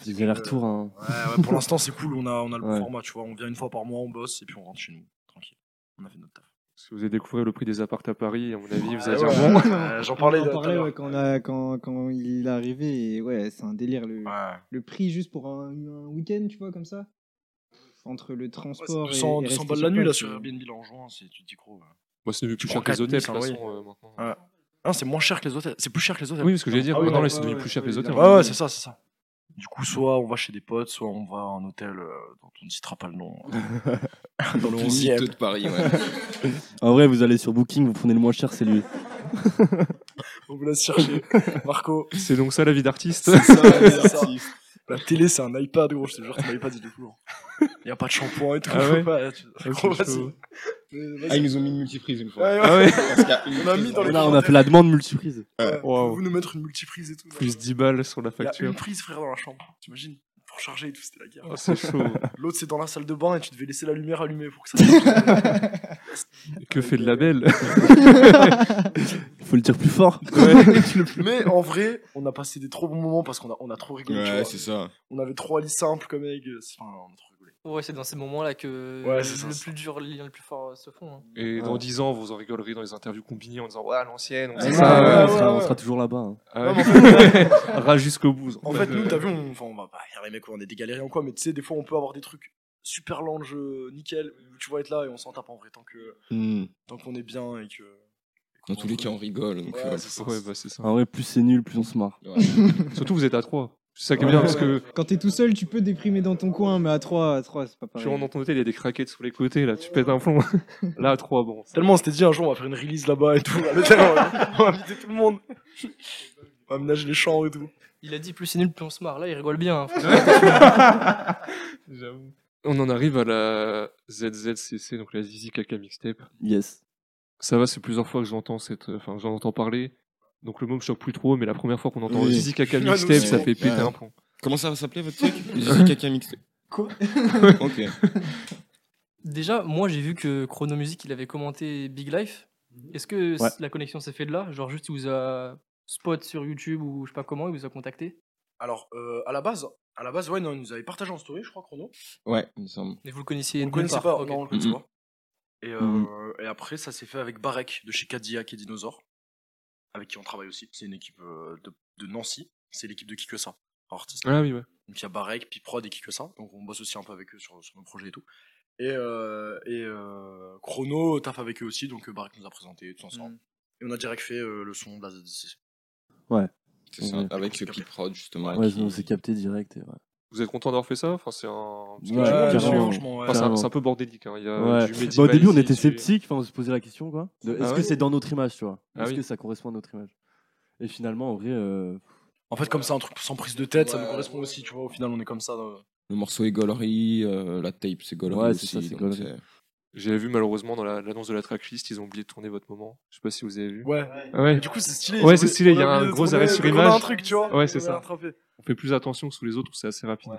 D: C'est que retour hein.
E: Ouais, ouais, pour l'instant, c'est cool, on a, on a le bon
D: Ouais.
E: format, tu vois. On vient une fois par mois, on bosse et puis on rentre chez nous. Tranquille. On a fait notre taf.
A: Parce que vous avez découvert le prix des apparts à Paris, à mon avis, vous
E: Ouais,
A: allez dire
E: ouais,
A: bon.
E: euh, J'en
C: On
E: parlais
C: en
E: de- tout à
C: parlait
E: l'heure.
C: ouais, quand, on a- quand, quand il est arrivé, et ouais, c'est un délire le,
E: Ouais.
C: le prix juste pour un, un week-end, tu vois, comme ça. Entre le transport
E: Ouais,
C: et.
E: c'est 200,
C: et
E: 200
C: rester
E: balles
C: sur
E: la nuit,
C: place,
E: là, sur euh.
C: c'est-
E: Airbnb, là, en juin, c'est- tu te dis, gros. euh. ouais.
A: Moi, c'est devenu plus
E: Tu
A: cher
E: prends
A: que les
E: quatre
A: hôtels, de
E: nuits,
A: toute
E: ça,
A: façon, euh, maintenant.
E: Ouais. Ah, c'est moins cher que les hôtels. C'est plus cher que les hôtels.
A: Oui, parce que j'allais dire,
E: Ah oui,
A: maintenant,
E: ouais,
A: là, c'est
C: ouais,
A: devenu
C: ouais,
A: plus cher que
C: ouais,
A: les hôtels.
E: Ouais, ouais, c'est ça, c'est ça. Du coup, soit on va chez des potes, soit on va à un hôtel euh, dont on ne citera pas le nom. dans le
F: Plus
E: 11e.
F: douteux de Paris, ouais.
D: En vrai, vous allez sur Booking, vous prenez le moins cher, c'est lui.
E: On vous laisse chercher. Marco,
A: C'est donc ça la vie d'artiste
E: c'est ça, c'est ça. La télé, c'est un iPad, gros. Je te jure, c'est un iPad, il est lourd. Il n'y a pas de shampoing et tout.
A: Ah ouais
E: Ouais, tu-
A: c'est
E: Gros, vas-y.
A: chaud.
E: Vas-y. euh,
F: Ah, ils nous ont mis une multiprise une fois.
E: Ouais, ouais.
A: Ah ouais
F: Parce qu'il y a une
E: On a mis
F: prise
E: dans
F: en-
E: les
D: Là, on a fait la demande multiprise.
A: Waouh.
E: Vous nous mettre une multiprise et tout.
A: Plus 10 balles sur la
E: Il y a une
A: facture.
E: prise, frère, dans la chambre. T'imagines Pour charger et tout, c'était la guerre.
A: Oh, c'est chaud.
E: L'autre, c'est dans la salle de bain et tu devais laisser la lumière allumée pour que ça.
A: Que fait le label
D: Il faut le dire plus fort.
E: Mais en vrai, on a passé des trop bons moments parce qu'on a, on a trop rigolé. tu vois.
F: Ouais, c'est ça.
E: On avait trop Ali simple comme egg. euh, c'est- Enfin, on a trop rigolé.
B: Ouais, c'est dans ces moments-là que
E: Ouais, c'est ça,
B: le
E: c'est
B: plus dur, le lien le plus fort euh, se font. hein.
A: Et dans 10 ans, vous en rigolerez dans les interviews combinées en disant Ah Ouais, à l'ancienne, on
D: C'est
A: sait
E: ouais,
D: ça,
A: ça.
D: on
E: ouais,
D: sera-
E: ouais.
D: on sera toujours là-bas. hein.
A: Ah ouais.
E: Non, mais en fait,
A: Rage jusqu'au bout.
E: En fait, nous,
A: euh,
E: t'as vu, on, enfin, on va pas dire les mecs, on est des galériens ou quoi, mais tu sais, des fois, on peut avoir des trucs super langes, euh, nickel, où tu vas être là et on s'en tape en vrai tant que tant qu'on est bien et que.
F: Dans tous les cas, on rigole. donc,
E: Ouais,
F: euh,
E: c'est ça. Ah.
A: Ouais, bah c'est ça.
D: En vrai, plus c'est nul, plus on se marre.
F: ouais.
A: Surtout, vous êtes à 3. C'est ça qui est bien parce que
C: Quand t'es tout seul, tu peux déprimer dans ton coin, mais à 3, à 3 c'est pas
A: tu
C: pareil.
A: rentres dans ton hôtel, il y a des craquettes sur les côtés, là, tu pètes un plomb. Là, à 3, bon.
E: Tellement, on s'était dit un jour, on va faire une release là-bas et tout. à l'hôtel, on va- on va inviter tout le monde. On va aménager les chambres et tout.
B: Il a dit plus c'est nul, plus on se marre. Là, il rigole bien. hein.
A: J'avoue. On en arrive à la ZZCC, donc la Zizi Kaka Mixtape.
D: Yes.
A: Ça va, c'est plusieurs fois que j'entends cette. euh, Enfin, j'en entends parler. Donc le mot me choque plus trop, mais la première fois qu'on entend
F: Oui.
A: Zizi
D: Ah,
A: Kaka
E: nous
A: Mixtape,
E: aussi.
A: ça fait péter
F: Ouais.
A: un plomb.
F: Comment ça va s'appeler votre truc J'ai caca mixé.
E: Quoi
F: Ok.
B: Déjà, moi, j'ai vu que Chrono Music, il avait commenté Big Life.
E: Mhm.
B: Est-ce que
D: Ouais.
B: c- la connexion s'est faite de là Genre, juste, il vous a spot sur YouTube ou je sais pas comment, il vous a contacté
E: Alors, euh, à la base, à la base, ouais, non, ils nous avaient partagé en story, je crois, chrono.
F: Ouais, il me semble.
B: Et vous le
E: On
B: connaissiez
E: le
B: nulle
E: connaissait
B: part,
E: pas,
B: ok.
E: non, on le connaissait
F: Mhm.
E: pas. Et, euh,
A: Mhm.
E: et après, ça s'est fait avec Barek de chez Cadillac et Dinosaur, avec qui on travaille aussi. C'est une équipe euh, de, de Nancy, c'est l'équipe de Kikusa, artiste.
A: Ah oui, ouais.
E: Donc il y a Barek, puis Prod et Kikusa, donc on bosse aussi un peu avec eux sur, sur nos projets et tout. Et, euh, et euh, Chrono taf avec eux aussi, donc euh, Barek nous a présenté tous
A: Mhm.
E: ensemble. Et on a direct fait euh, le son de la ZDC.
F: C'est ça.
D: Ouais.
F: Avec ce Piprod, justement.
D: Ouais,
F: qui-
D: on s'est capté direct. et ouais.
A: Vous êtes content d'avoir fait ça Enfin, c'est un. parce que
D: Ouais,
A: tu vois,
D: carrément.
A: dessus, hein.
E: franchement, ouais.
A: Enfin, c'est un-
D: Carrément.
A: c'est un peu bordélique. hein. Il y a
D: Ouais.
A: du
D: Bah,
A: médiéval
D: au début, on
A: ici,
D: était
A: du-
D: sceptiques, enfin, on se posait la question, quoi. de Est-ce
A: Ah
D: que
A: ouais
D: c'est dans notre image, tu vois
A: Ah
D: Est-ce
A: oui.
D: que ça correspond à notre image Et finalement, en vrai, euh,
E: En fait, comme ça, un truc sans prise de tête, ça
F: Ouais.
E: nous correspond aussi, tu vois. Au final, on est comme ça. euh,
F: Le morceau est gaulerie, euh, la tape c'est gaulerie
D: Ouais, c'est
F: aussi.
D: ça, c'est
F: donc
D: gaulerie.
A: J'avais vu malheureusement dans la- l'annonce de la tracklist, ils ont oublié de tourner votre moment. Je sais pas si vous avez vu.
E: Ouais.
A: Ah ouais.
E: Du coup, c'est stylé.
A: Ouais,
E: ils
A: c'est
E: ont-
A: stylé,
E: on
A: il y a un
E: oublié de
A: gros
E: trouver,
A: arrêt sur
E: mais qu'on a
A: image.
E: un truc, tu vois.
A: Ouais, c'est
E: on a
A: ça.
E: rattrapé.
A: On fait plus attention que sous les autres où c'est assez rapide.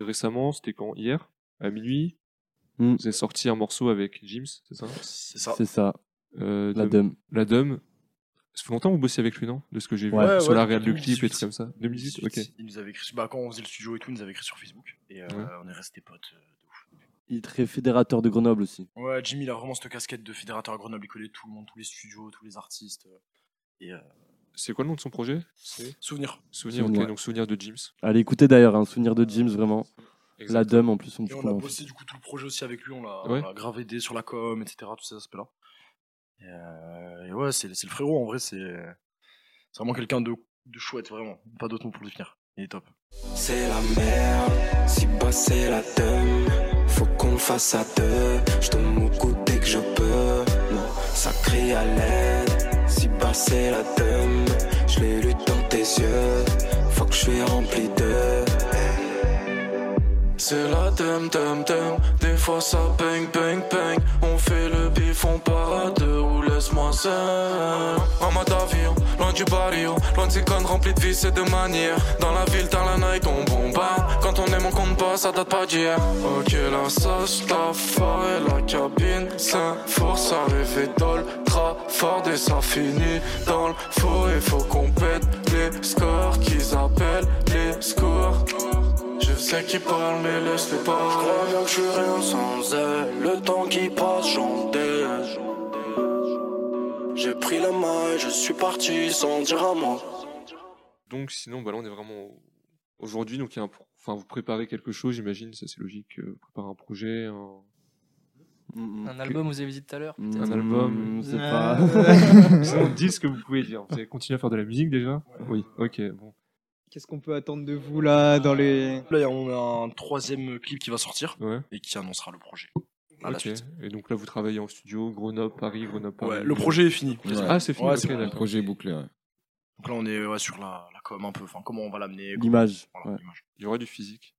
A: Récemment, c'était quand Hier À minuit
D: Mm.
A: Vous avez sorti un morceau avec Jims, c'est ça
E: C'est ça.
D: c'est ça,
A: Euh,
D: la
A: de-
D: dame.
A: La Dum. Ça fait longtemps que vous bossiez avec lui, non De ce que j'ai vu.
D: Ouais,
E: ouais,
A: sur la réal du
E: depuis
A: clip et
E: 2018.
A: tout comme ça. 2018 Ok.
E: Il nous avait écrit. sur- Bah, quand on faisait le studio et tout, il nous avait écrit sur Facebook. Et euh,
A: Ouais.
E: on est restés potes. euh, de ouf.
D: Il est très fédérateur de Grenoble aussi.
E: Ouais, Jimmy, il a vraiment cette casquette de fédérateur à Grenoble. Il connaît tout le monde, tous les studios, tous les artistes. euh, Et euh,
A: C'est quoi le nom de son projet
E: souvenir.
A: Souvenir, ok,
D: Souvenir.
A: donc Souvenir de Jims.
D: Allez écouter d'ailleurs, un souvenir de James, vraiment. La dame, en plus, on
E: Et
D: peut
E: on a bossé du coup tout le projet aussi avec lui. On l'a
A: Ouais.
E: on l'a grave aidé sur la com, etc. Tous ces aspects-là. Et, euh, et ouais, c'est c'est le frérot en vrai. C'est c'est vraiment quelqu'un de, de chouette, vraiment. Pas d'autre mot pour le définir. Il est top.
G: C'est la merde, si bas c'est la teum. Faut qu'on le fasse à deux. Je te coude dès que je peux. Non, ça crie à l'aide. Si bas c'est la teum. Je l'ai lu dans tes yeux. Faut que je suis rempli de. haine. C'est la teum, teum, teum. Des fois ça bang, bang, bang. On fait le bif, on part à deux. Ou laisse-moi seul. En mode avion, loin du barrio. Loin de ces connes remplies de vices et de manières. Dans la ville, dans la night, on bombarde. Quand on aime, on compte pas, ça date pas d'hier. Ok, la sauce, la forêt, la cabine. Saint force à rêver d'ultra fort et ça finit dans le faux. Il faut qu'on pète les scores qu'ils appellent les scores. Je sais qu'ils parlent, mais laisse-les pas. Je crois bien que je suis rien sans elle. Le temps qui passe, j'en déj. J'ai pris la maille, je suis parti sans dire un mot.
A: Donc sinon, bah là, on est vraiment au- aujourd'hui. Donc il y a un pro- enfin, vous préparez quelque chose, j'imagine. Ça, c'est logique. euh, Vous préparez un projet, un,
B: Un album, vous avez dit tout à l'heure.
D: Mm,
B: peut-être.
A: un album.
D: mm, c'est
C: Euh,
D: pas.
A: Sinon, dites ce que vous pouvez dire. Vous allez continuer à faire de la musique déjà Oui, ok, bon.
C: Qu'est-ce qu'on peut attendre de vous là dans les.
E: Là, on a un troisième clip qui va sortir
A: Ouais.
E: et qui annoncera le projet. À la
A: Ok.
E: suite.
A: Et donc là, vous travaillez en studio, Grenoble, Paris, Grenoble, Paris.
E: Ouais, le projet est fini.
F: Ouais.
A: Ah, c'est fini.
E: Ouais,
A: ok,
E: c'est bon.
A: d'accord.
F: Projet bouclé. ouais.
E: Donc là, on est ouais, sur la, la com un peu. Enfin, comment on va l'amener comment-
D: L'image.
E: voilà,
D: ouais.
E: l'image.
A: Il y aura du physique.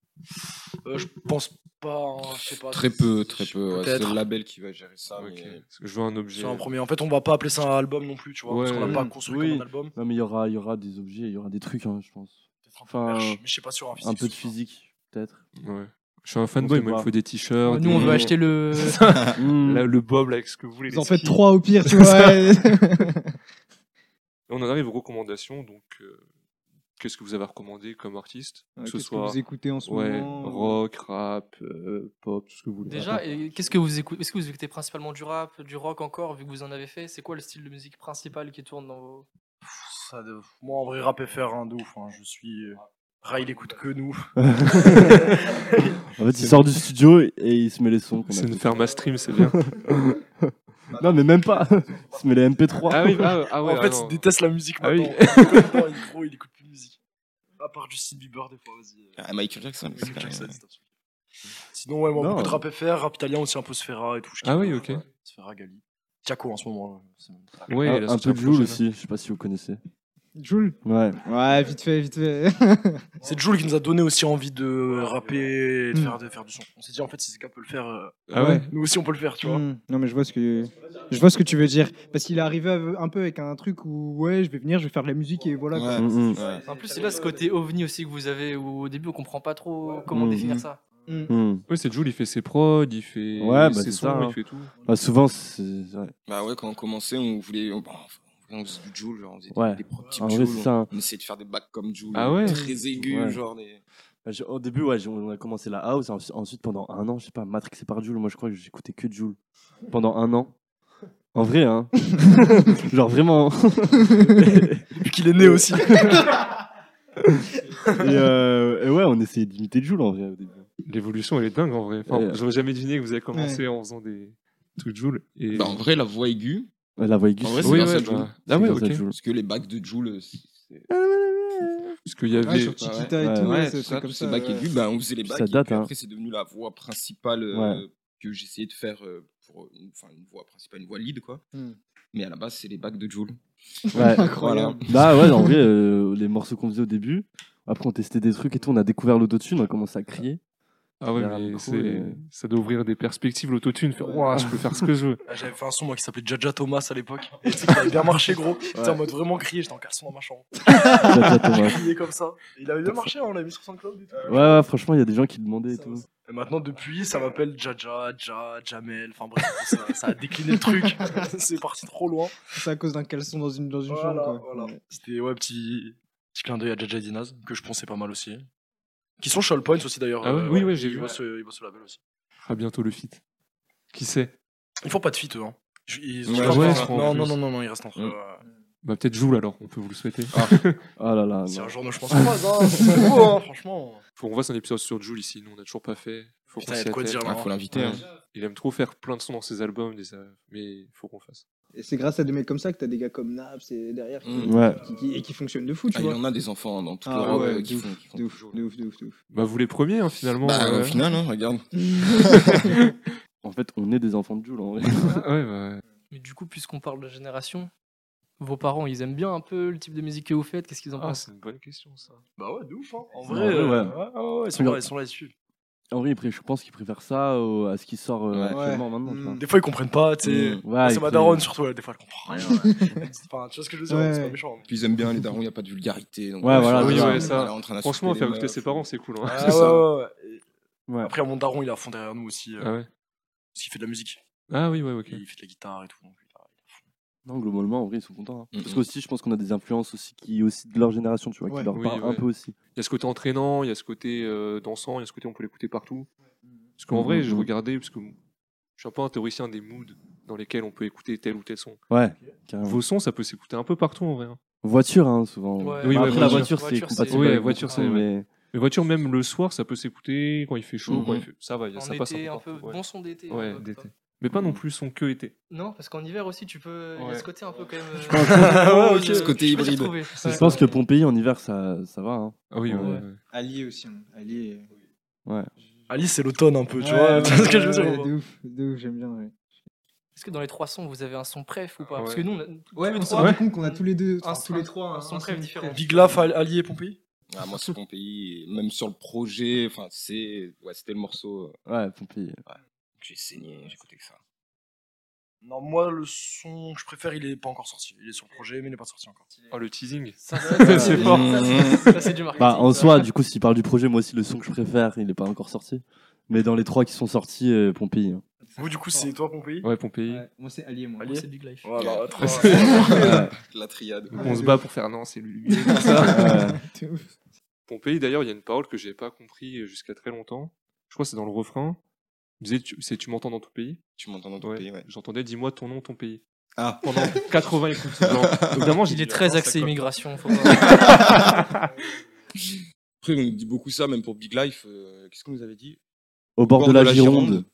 E: Euh, je pense pas. hein, je sais pas.
F: Très peu, très peu. ouais. C'est
E: Peut-être.
F: le label qui va gérer ça.
A: Ok.
F: Ah, mais- euh,
A: Parce que Je veux un objet.
E: C'est un premier. En fait, on va pas appeler ça un album non plus, tu vois, parce
A: Ouais,
E: qu'on l'a
A: ouais.
E: pas construit
D: Oui.
E: comme un album.
D: Non, mais il y aura, il y aura des objets, il y aura des trucs, hein, je pense.
E: Peut-être un peu de
D: Enfin,
E: merch, mais je sais pas sur un
D: Un
E: physique,
D: peu de
E: ce sera.
D: physique, peut-être.
A: Ouais. Je suis un fanboy,
D: sait
A: moi, il me
D: pas.
A: faut des
B: Euh, Nous,
A: t-shirts.
B: on
A: des-
B: veut acheter le.
D: Hmm.
A: Là, le bob, là, avec ce que vous voulez.
C: Vous
A: les
C: en faites
A: skis.
C: trois au pire, tu vois.
A: Et On en arrive aux recommandations. Donc, euh, qu'est-ce que vous avez recommandé comme artiste
C: Ouais,
A: Que ce
C: Ah, Qu'est-ce que
A: soit
C: vous écoutez en ce
A: ouais,
C: moment
A: rock, rap, euh, pop, tout ce que vous voulez.
B: Déjà, et qu'est-ce que vous écoutez Est-ce que vous écoutez principalement du rap, du rock encore, vu que vous en avez fait C'est quoi le style de musique principal qui tourne dans vos.
E: Ça de- Moi, en vrai, rap FR, hein, de ouf. hein, Je suis. euh, Ray, il écoute que nous.
D: En fait, il sort du studio et et il se met les sons. qu'on a
A: C'est une
D: fait.
A: ferme à stream, c'est bien.
D: Non, mais même pas. Il se met les MP3.
A: ah oui, ah, ah ouais.
E: en
A: ah
E: fait,
A: non.
E: il déteste la musique
A: Ah oui.
E: maintenant. Maintenant, il est trop, il écoute plus de musique. À part Justin Bieber, des fois, vas-y. euh,
F: Ah, Michael Jackson. c'est
E: Michael
F: quand même-
E: Jackson, c'est absolu. Sinon, ouais, moi,
D: Non.
E: beaucoup de rap FR, rap italien aussi, un peu Sfera et tout. je
A: Ah
E: kiffe
A: oui,
E: de ouf,
A: ok.
E: ouais. Sfera, Gali. Tiako en ce moment. là, c'est-
A: Ouais,
D: Ah,
A: il a
D: un
A: sorti
D: peu de Joule
A: projet, là.
D: aussi, je sais pas si vous connaissez.
C: Joule
D: Ouais.
C: Ouais, vite fait, vite fait.
E: C'est Jules qui nous a donné aussi envie de rapper et de
C: Mm.
E: faire, de faire du son. On s'est dit, en fait, si ces gars peuvent le faire, euh,
A: Ah ouais
E: nous aussi, on peut le faire, tu vois.
C: Hmm, Non mais je vois ce que je vois ce que tu veux dire parce qu'il est arrivé av- un peu avec un truc où ouais je vais venir je vais faire de la musique et voilà quoi.
F: Ouais.
D: Mm, mm.
F: Ouais.
B: En plus, c'est là ce côté ovni aussi que vous avez, où au début, on comprend pas trop comment
D: Mhm.
B: définir ça.
C: Hmm.
D: Mm.
A: Ouais, c'est Jules, il fait ses prods, il fait
D: Ouais, bah,
A: ses
D: c'est
A: sons,
D: ça, hein.
A: il fait tout.
D: Bah, souvent, c'est. ouais.
F: Bah ouais, quand on commençait, on voulait. On, bah, on faisait du Joule, genre, on faisait des-
D: Ouais.
F: des propres petits
D: En vrai,
F: Joule,
D: c'est
F: on-
D: ça.
F: On essayait de faire des bacs comme Joule.
A: Ah ouais
F: Très aigus,
D: Ouais.
F: genre des.
D: Bah, j'ai- Au début, ouais, j'ai- on a commencé la house. ensuite- Ensuite, pendant un an, je sais pas, matrixé par Joule. Moi, je crois que j'écoutais que Joule. Pendant un an. En vrai, hein. Genre vraiment. et,
E: Depuis qu'il est né aussi.
D: euh, et ouais, on essayait d'imiter Joule en vrai au début.
A: L'évolution, elle est dingue en vrai. Enfin,
D: Euh.
A: J'aurais jamais deviné que vous avez commencé en faisant des trucs Jules. Et...
F: Bah, en vrai, la voix aiguë,
D: Ouais, La voix aiguë.
F: En vrai,
D: c'est-
F: c'est
A: oui,
F: grâce à
A: ouais,
F: Jul.
A: bah...
D: c'est
A: Ah ouais,
D: grâce à
A: ok.
D: Jul.
F: parce que les bacs de Joule, euh, c'est- c'est-
A: Parce qu'il y avait.
C: Ouais, sur Chiquita
D: Ouais,
C: et tout
D: ouais,
C: ouais,
F: c'est
C: c'est
F: ça,
C: comme
F: tous ces
C: ça.
F: bacs
C: ouais.
F: aigus, bah, on faisait les
D: Puis ça
F: bacs. et
D: date,
F: puis
D: hein.
F: Après, c'est devenu la voix principale euh, que j'essayais de faire euh, pour une, enfin, une voix principale, une voix lead, quoi.
C: Hmm.
F: Mais à la base, c'est les bacs de Joule.
D: Ouais.
C: Incroyable.
D: Bah ouais, en vrai, euh, les morceaux qu'on faisait au début, après on testait des trucs et tout, on a découvert l'autotune, on a commencé à crier.
A: Ah ouais,
D: Derrière le
A: mais
D: micro,
A: c'est-
D: et-
A: ça doit ouvrir des perspectives, l'autotune, faire Ouah, je peux faire ce que je veux.
E: Ah, J'avais fait un son, moi, qui s'appelait Jaja Thomas à l'époque. Et tu sais qu'il avait bien marché, gros. J'étais en mode vraiment crié, j'étais en caleçon dans ma chambre.
D: Jaja Thomas.
E: Crié comme ça. Et il avait bien marché, hein, on l'a mis sur SoundCloud et tout.
D: Ouais, ouais, franchement, il y a des gens qui demandaient et tout.
E: Et maintenant, depuis, ça m'appelle Jaja, Ja, Jamel. Enfin bref, ça, ça a décliné le truc. C'est parti trop loin.
C: C'est à cause d'un caleçon dans une dans une
E: Voilà,
C: chambre quoi.
E: voilà. C'était ouais, petit, petit clin d'œil à Jaja Dinaz, que je pensais pas mal aussi. Qui sont Shawl Points aussi d'ailleurs.
A: Ah ouais, oui, ouais, j'ai
E: ils
A: vu,
E: bossent, euh, ils bossent au label aussi.
A: À Ah, bientôt le feat. Qui sait
E: Ils font pas de feat eux. Hein. Je- Ils
F: Ouais,
E: ils restent
A: ouais,
E: en-
A: je crois, en
E: non, non,
A: plus.
E: non, non, non, ils restent en
F: Mm.
E: euh,
A: Bah peut-être Joule alors, on peut vous le souhaiter.
D: Ah là là.
E: Si
D: non.
E: un jour, nous, je pense qu'on croise, hein. C'est beau, hein, franchement.
A: Faut qu'on fasse un épisode sur Joule ici, nous on a toujours pas fait. Faut qu'on
E: Putain, y a
A: s'y
E: de quoi
A: attelle.
E: dire
F: Ah,
E: là.
F: faut
E: hein.
F: l'inviter. hein.
A: Il aime trop faire plein de sons dans ses albums, des... euh, mais faut qu'on fasse.
C: Et c'est grâce à des mecs comme ça que t'as des gars comme Naps et derrière qui,
F: Mm.
D: Ouais.
C: qui- qui- et qui fonctionnent de fou tu
F: Ah, il y
C: vois.
F: en a des enfants dans toute
C: Ah
F: l'Europe
C: ouais,
F: euh, qui
C: de
F: font- qui font
C: De
F: du
C: ouf,
F: Joule.
C: de ouf, de ouf, de ouf.
A: Bah vous les premiers hein, finalement.
F: Bah,
A: ouais.
F: au final, hein, regarde.
D: En fait, on est des enfants de Joule en vrai.
A: ouais, bah,
B: Mais du coup, puisqu'on parle de génération, vos parents, ils aiment bien un peu le type de musique que vous faites Qu'est-ce qu'ils en
A: Ah,
B: pensent
A: c'est une bonne question ça.
E: Bah ouais, de ouf. Hein. En
D: En
E: vrai,
D: vrai,
E: euh,
D: ouais.
E: ouais, ouais, ouais, ils, sont là, ils sont là, ils suivent.
D: En vrai, ils pré- je pense qu'ils préfèrent ça au- à ce qui sort euh,
F: Ouais.
D: actuellement
C: Ouais.
D: maintenant. tu vois.
C: Mm.
E: Des fois, ils comprennent pas, tu sais.
F: Mm.
D: Ouais, Ah,
E: c'est
D: ils
E: ma
D: pré-
E: daronne surtout, ouais, des fois, elle comprend rien. ouais. Enfin, tu vois ce que je veux dire
C: Ouais,
E: C'est pas
C: ouais.
E: méchant. mais-
F: Puis ils aiment bien les darons, il n'y a pas de vulgarité. Donc
D: Ouais, voilà,
A: oui,
F: ils sont-
A: ouais,
F: ils
A: ça.
F: sont en train d'insulter
A: Franchement,
F: les
A: faire écouter
F: meufs.
A: ses parents c'est cool. Hein.
E: Ah,
F: C'est ça.
E: ouais, ouais, ouais.
D: Ouais.
E: Après, mon daron, il est à fond derrière nous aussi. euh,
A: Ah ouais.
E: Parce qu'il fait de la musique.
A: Ah oui, ouais, ok.
E: Il fait de la guitare et tout. donc, il a-
D: Non, globalement, en vrai, ils sont contents. hein.
F: Mm,
D: Parce
F: mm.
D: qu'aussi, je pense qu'on a des influences aussi qui aussi de leur génération, tu vois,
C: Ouais.
D: qui leur
A: Oui,
D: parlent un
A: ouais.
D: peu aussi.
A: Il y a ce côté entraînant, il y a ce côté euh, dansant, il y a ce côté on peut l'écouter partout. Parce qu'en
D: Mhm,
A: vrai, je
D: mhm.
A: regardais, parce que je suis un peu un théoricien des moods dans lesquels on peut écouter tel ou tel son.
D: Ouais, carrément.
A: Vos sons, ça peut s'écouter un peu partout en vrai. hein.
D: Voiture, hein, souvent.
B: Ouais.
A: Oui,
D: Bah,
A: ouais,
D: après, la
A: voiture.
D: voiture, c'est
B: Voiture, c'est-
D: compatible.
A: Oui,
D: avec
A: la voiture,
D: beaucoup de
A: c'est-
D: choses, mais-
A: Les voitures, même le soir, ça peut s'écouter quand il fait chaud, quand
F: Mhm.
A: il fait. Ça va, y a-
B: En
A: ça passe
B: été, un peu
A: partout, ouais.
B: bon euh, son d'été.
A: Ouais,
B: un peu,
A: d'été. mais pas non plus son que été.
B: Non, parce qu'en hiver aussi, tu peux. Il y a ce côté un peu quand même. euh,
F: pense que-
B: euh,
F: Ouais, ok. Ce côté
B: je peux s'y
F: hybride.
B: retrouver.
D: Je
B: Ouais.
D: pense que Pompéi en hiver, ça, ça va. hein.
A: Ah oui,
D: Ouais.
A: ouais.
C: Allié aussi. hein. Allié.
E: Alice, c'est l'automne un peu, tu
C: Ouais,
E: vois.
C: ouais,
E: tu vois ce que je veux dire
C: ouais,
E: ou pas
C: de ouf, de ouf, j'aime bien. Ouais,
B: Est-ce que dans les trois sons, vous avez un son préf ou pas Parce que
A: Ouais.
B: nous, on a tous les
C: on s'est
B: trois,
C: rendu compte qu'on a tous les deux,
B: un,
C: enfin, tous les
B: un-
C: trois,
B: un son
C: préf
B: préf différent.
E: Big Laf, Allié et Pompéi
F: Ah, moi, c'est Pompéi. et Même sur le projet, enfin, c'est, ouais, c'était le morceau euh,
D: Ouais, Pompéi.
F: que j'ai saigné, j'écoutais que ça.
E: Non, moi, le son que je préfère, il est pas encore sorti. Il est sur le projet, mais il n'est pas sorti encore.
B: Ah,
A: Oh, le teasing.
B: Ça, ça, ça,
A: C'est
B: du-
A: fort.
B: ça, c'est- ça, c'est du marketing.
D: Bah, en
B: ça.
D: soi, du coup, s'il parle du projet, moi aussi, le son que je préfère, il n'est pas encore sorti. Mais dans les trois qui sont sortis, euh, Pompéi. hein.
E: Vous, du coup, c'est toi, Pompéi
A: Ouais, Pompéi.
C: Ouais, Moi, c'est Allié, moi.
B: Moi, c'est Big Life.
E: Voilà, attends.
F: La triade.
A: Donc on se bat pour faire non, c'est lui.
D: Ouais.
C: De ouf.
A: Pompéi, d'ailleurs, il y a une parole que j'ai pas compris jusqu'à très longtemps. Je crois que c'est dans le refrain. Il disait tu- c'est tu m'entends dans ton pays.
F: Tu m'entends dans ton
A: Ouais.
F: pays, ouais.
A: J'entendais dis-moi ton nom, ton pays.
F: Ah.
A: Pendant 80 écoutes. Genre, évidemment, j'ai
B: Il est
A: dit,
B: très
A: attends,
B: axé
A: ça colle.
B: immigration. faut pas-
F: Après, on dit beaucoup ça, même pour Big Life. euh, Qu'est-ce qu'on nous avait dit
D: Au bord de la Gironde.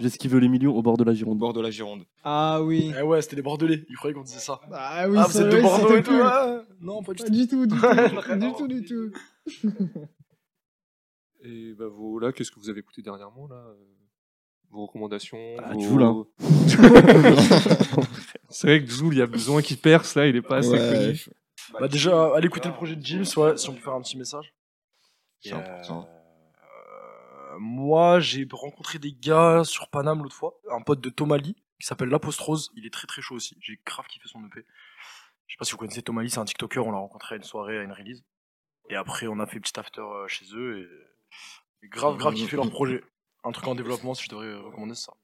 D: J'esquive les millions au bord de la
F: Au
D: Gironde.
F: bord de la Gironde.
C: Ah oui.
E: Eh ouais, c'était les Bordelais. Ils croyaient qu'on disait ça.
C: Ah oui,
E: ah,
C: c'est
E: vous êtes de
C: vrai,
E: Bordeaux
C: c'était
E: et tout
C: cool.
E: ouais. Non, pas du
C: Pas
E: tout.
C: du tout, du tout, du tout, du tout.
A: Et bah voilà, qu'est-ce que vous avez écouté dernièrement là euh, Vos recommandations
D: Ah,
A: vos-
D: Joule, hein.
A: C'est vrai que Joule, il y a besoin qu'il perce là, il est pas assez Ah, connu.
E: Bah, déjà, allez écouter le projet de James, ouais, si on peut faire un petit message.
F: C'est
E: Et,
F: important.
E: euh, moi, j'ai rencontré des gars sur Paname l'autre fois, un pote de Tomali qui s'appelle L'Apostrose. Il est très très chaud aussi. J'ai grave kiffé son EP. Je sais pas si vous connaissez Tomali, c'est un TikToker. On l'a rencontré à une soirée, à une release. Et après, on a fait petit after euh, chez eux et, et grave grave kiffé leur projet. Un truc en développement, si je devrais recommander c'est ça.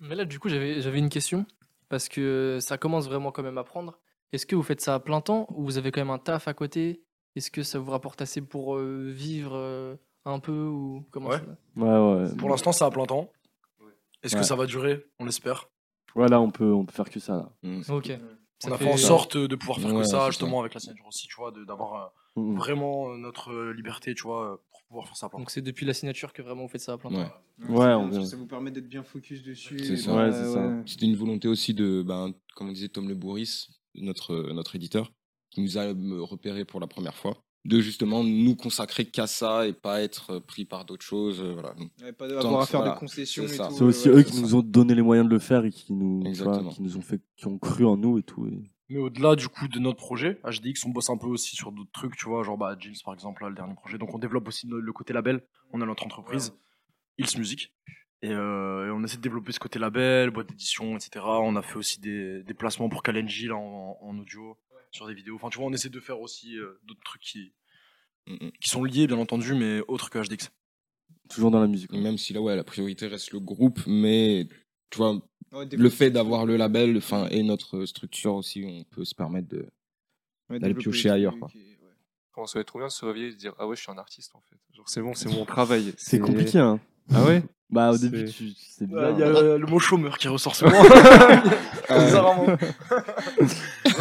B: Mais là, du coup, j'avais j'avais une question. Parce que ça commence vraiment quand même à prendre. Est-ce que vous faites ça à plein temps ou vous avez quand même un taf à côté Est-ce que ça vous rapporte assez pour euh, vivre euh, un peu ou comment
E: Ouais.
B: ça va
D: Ouais, ouais.
E: Pour l'instant, c'est à plein temps. Est-ce
D: Ouais.
E: que ça va durer On l'espère.
D: Voilà, on peut, on peut faire que ça. Là.
B: Ok.
E: On
B: Ça
E: a fait en
B: fait-
E: sorte de pouvoir faire
F: Ouais,
E: que
F: c'est
E: ça,
F: ça.
E: justement, avec la signature aussi, tu vois, de- d'avoir euh,
D: Mm, mm.
E: vraiment euh, notre euh, liberté, tu vois, euh, pour pouvoir faire ça. à plein
B: Donc c'est depuis la signature que vraiment vous faites ça à plein temps.
F: Ouais.
D: Ouais,
C: c'est bien,
D: on
C: parce que
D: verra.
C: ça vous permet d'être bien focus dessus.
F: C'est
C: et
F: ça.
C: pas-
D: Ouais, c'est ça.
F: C'était une volonté aussi de, ben, comme on disait Tom Le Bourris, notre, euh, notre éditeur, qui nous a euh, repéré pour la première fois, de justement nous consacrer qu'à ça et pas être euh, pris par d'autres choses. euh, Voilà. Donc,
C: Ouais, pas avoir à faire
F: voilà,
C: de concessions
F: c'est
C: et
F: ça.
C: tout. euh,
D: C'est aussi
C: ouais,
D: eux
C: ouais,
D: qui
F: c'est
D: nous
F: ça.
D: ont donné les moyens de le faire et qui nous, tu vois,
F: Exactement.
D: qui nous ont fait, qui ont cru en nous et tout. et-
E: Mais au-delà du coup de notre projet, HDX, on bosse un peu aussi sur d'autres trucs, tu vois, genre bah, James par exemple, là, le dernier projet. Donc on développe aussi no- le côté label. On a notre entreprise, Hills Music. Et, euh, et on essaie de développer ce côté label, boîte d'édition, etc. On a fait aussi des, des placements pour Kalenji là, en, en audio, sur des vidéos. Enfin, tu vois, on essaie de faire aussi euh, d'autres trucs qui,
F: Mm, mm.
E: qui sont liés, bien entendu, mais autres que HDX.
D: Toujours dans la musique. ouais.
F: Même si là, ouais, la priorité reste le groupe, mais tu vois,
C: ouais, développer-
F: le fait d'avoir le label enfin, et notre structure aussi, on peut se permettre de.
C: ouais,
F: d'aller
C: développer
F: piocher
C: les
F: ailleurs,
C: trucs
F: quoi.
C: et- ouais.
A: Comment ça va être trop bien de se réveiller et de se dire Ah ouais, je suis un artiste en fait. Genre, c'est bon, c'est mon travail.
D: C'est compliqué. Hein.
A: Ah ouais
D: Bah, au
A: C'est-
D: début, tu- c'est
E: Il
D: bien.
E: y a
D: hein.
E: euh, le mot chômeur qui ressort souvent.
F: Ah,
E: Bizarrement.
A: Ouais,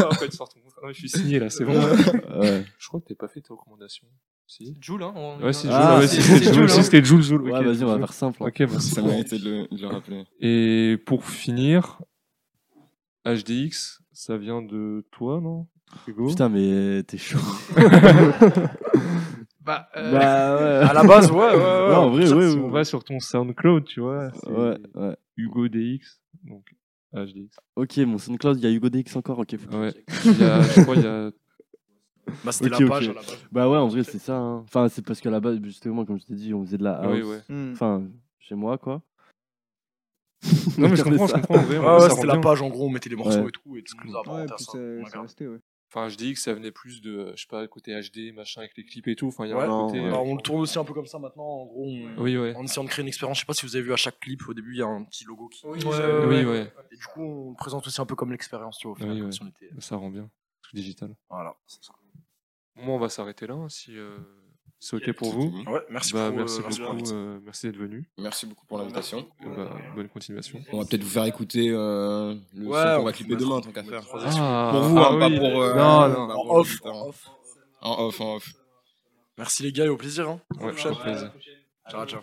A: En fait, je sors ton contrat. Non, mais je suis signé là, c'est bon.
D: Ouais.
A: je crois que t'es pas fait tes recommandations. Si
B: Joule, hein on-
A: Ouais, si,
D: Ah,
A: Joule, ah, ouais, si,
D: c'est-
A: c'était
D: c'est
A: Joule,
D: Joule,
A: si
D: hein.
A: c'était Joule, Joule.
D: Ouais,
A: ok,
D: vas-y, on va
A: Joule.
D: faire simple. hein.
A: Ok, bah, c'est
F: Ça
A: bon.
F: méritait de le, de le rappeler.
A: Et pour finir, HDX, ça vient de toi, non Hugo
D: Putain, mais t'es chaud.
B: Bah, euh,
D: Bah, ouais.
A: ah
E: À la base, ouais, ouais, ouais.
D: Ouais, en vrai,
A: Si
D: ouais,
A: on
D: ouais.
A: va sur ton SoundCloud, tu vois, c'est
D: Ouais, ouais.
A: Hugo DX, donc HDX.
D: Ok, mon SoundCloud, il y a Hugo DX encore, ok. faut que je
A: Ouais.
D: check.
A: Il y a, je crois, il y a.
E: Bah, c'était
D: Ok,
E: la
D: ok.
E: page à la base.
D: Bah ouais, en vrai, c'est ça. hein. Enfin, c'est parce qu'à la base, justement, comme je t'ai dit, on faisait de la
A: Ah
D: house.
A: oui, ouais.
C: Hmm.
D: Enfin, chez moi, quoi.
A: Non, mais je comprends, je
D: ça.
A: comprends, en vrai. en
E: Ouais,
A: vrai,
E: Ah ouais,
A: ça
E: c'était
A: rend
E: la
A: bien.
E: page en gros, on mettait les morceaux
D: Ouais.
E: et tout, et tout le monde nous a
C: Ouais,
E: apporté à
C: puis
E: ça.
C: ça,
E: On a
C: ça
E: grave.
C: restait, ouais.
A: Enfin, HDX, ça venait plus de, euh, je sais pas, côté HD, machin, avec les clips et tout. Enfin, il y a
E: Ouais,
A: un
D: non,
A: côté.
D: ouais.
A: euh,
E: Bah, on le tourne aussi un peu comme ça maintenant, en gros, on-
A: Oui, ouais.
E: en essayant de créer une expérience. Je sais pas si vous avez vu à chaque clip, au début, il y a un petit logo qui.
B: Oui,
E: qui
B: ouais,
E: s'allume.
A: Oui, ouais.
E: Et du coup, on le présente aussi un peu comme l'expérience, tu vois, au final,
A: Oui,
E: comme
A: ouais.
E: si on était.
A: Ça rend bien. Tout digital.
E: Voilà, c'est ça.
A: Moi, on va s'arrêter là, hein, si euh, c'est OK pour vous.
E: Ouais, merci
A: Bah,
E: pour
A: merci
E: euh, pour
A: beaucoup,
E: l'invitation.
A: euh, merci d'être venu.
F: Merci beaucoup pour l'invitation.
A: Et bah, bonne continuation.
F: On va peut-être vous faire écouter euh, le
E: Ouais,
F: son
E: on
F: qu'on va
E: peut
F: clipper
E: mettre-
F: demain,
E: on
F: tant
E: peut
F: qu'à faire.
E: mettre trois
A: Ah,
F: Pour vous,
A: ah
F: hein, pas
A: oui.
F: pour. euh,
A: Non,
F: bah,
A: non.
F: pour
E: En off,
F: les auditeurs.
E: en off.
F: En off, en off.
E: Merci les gars et au plaisir. Hein.
A: Ouais, au plaisir.
E: Ciao, ciao.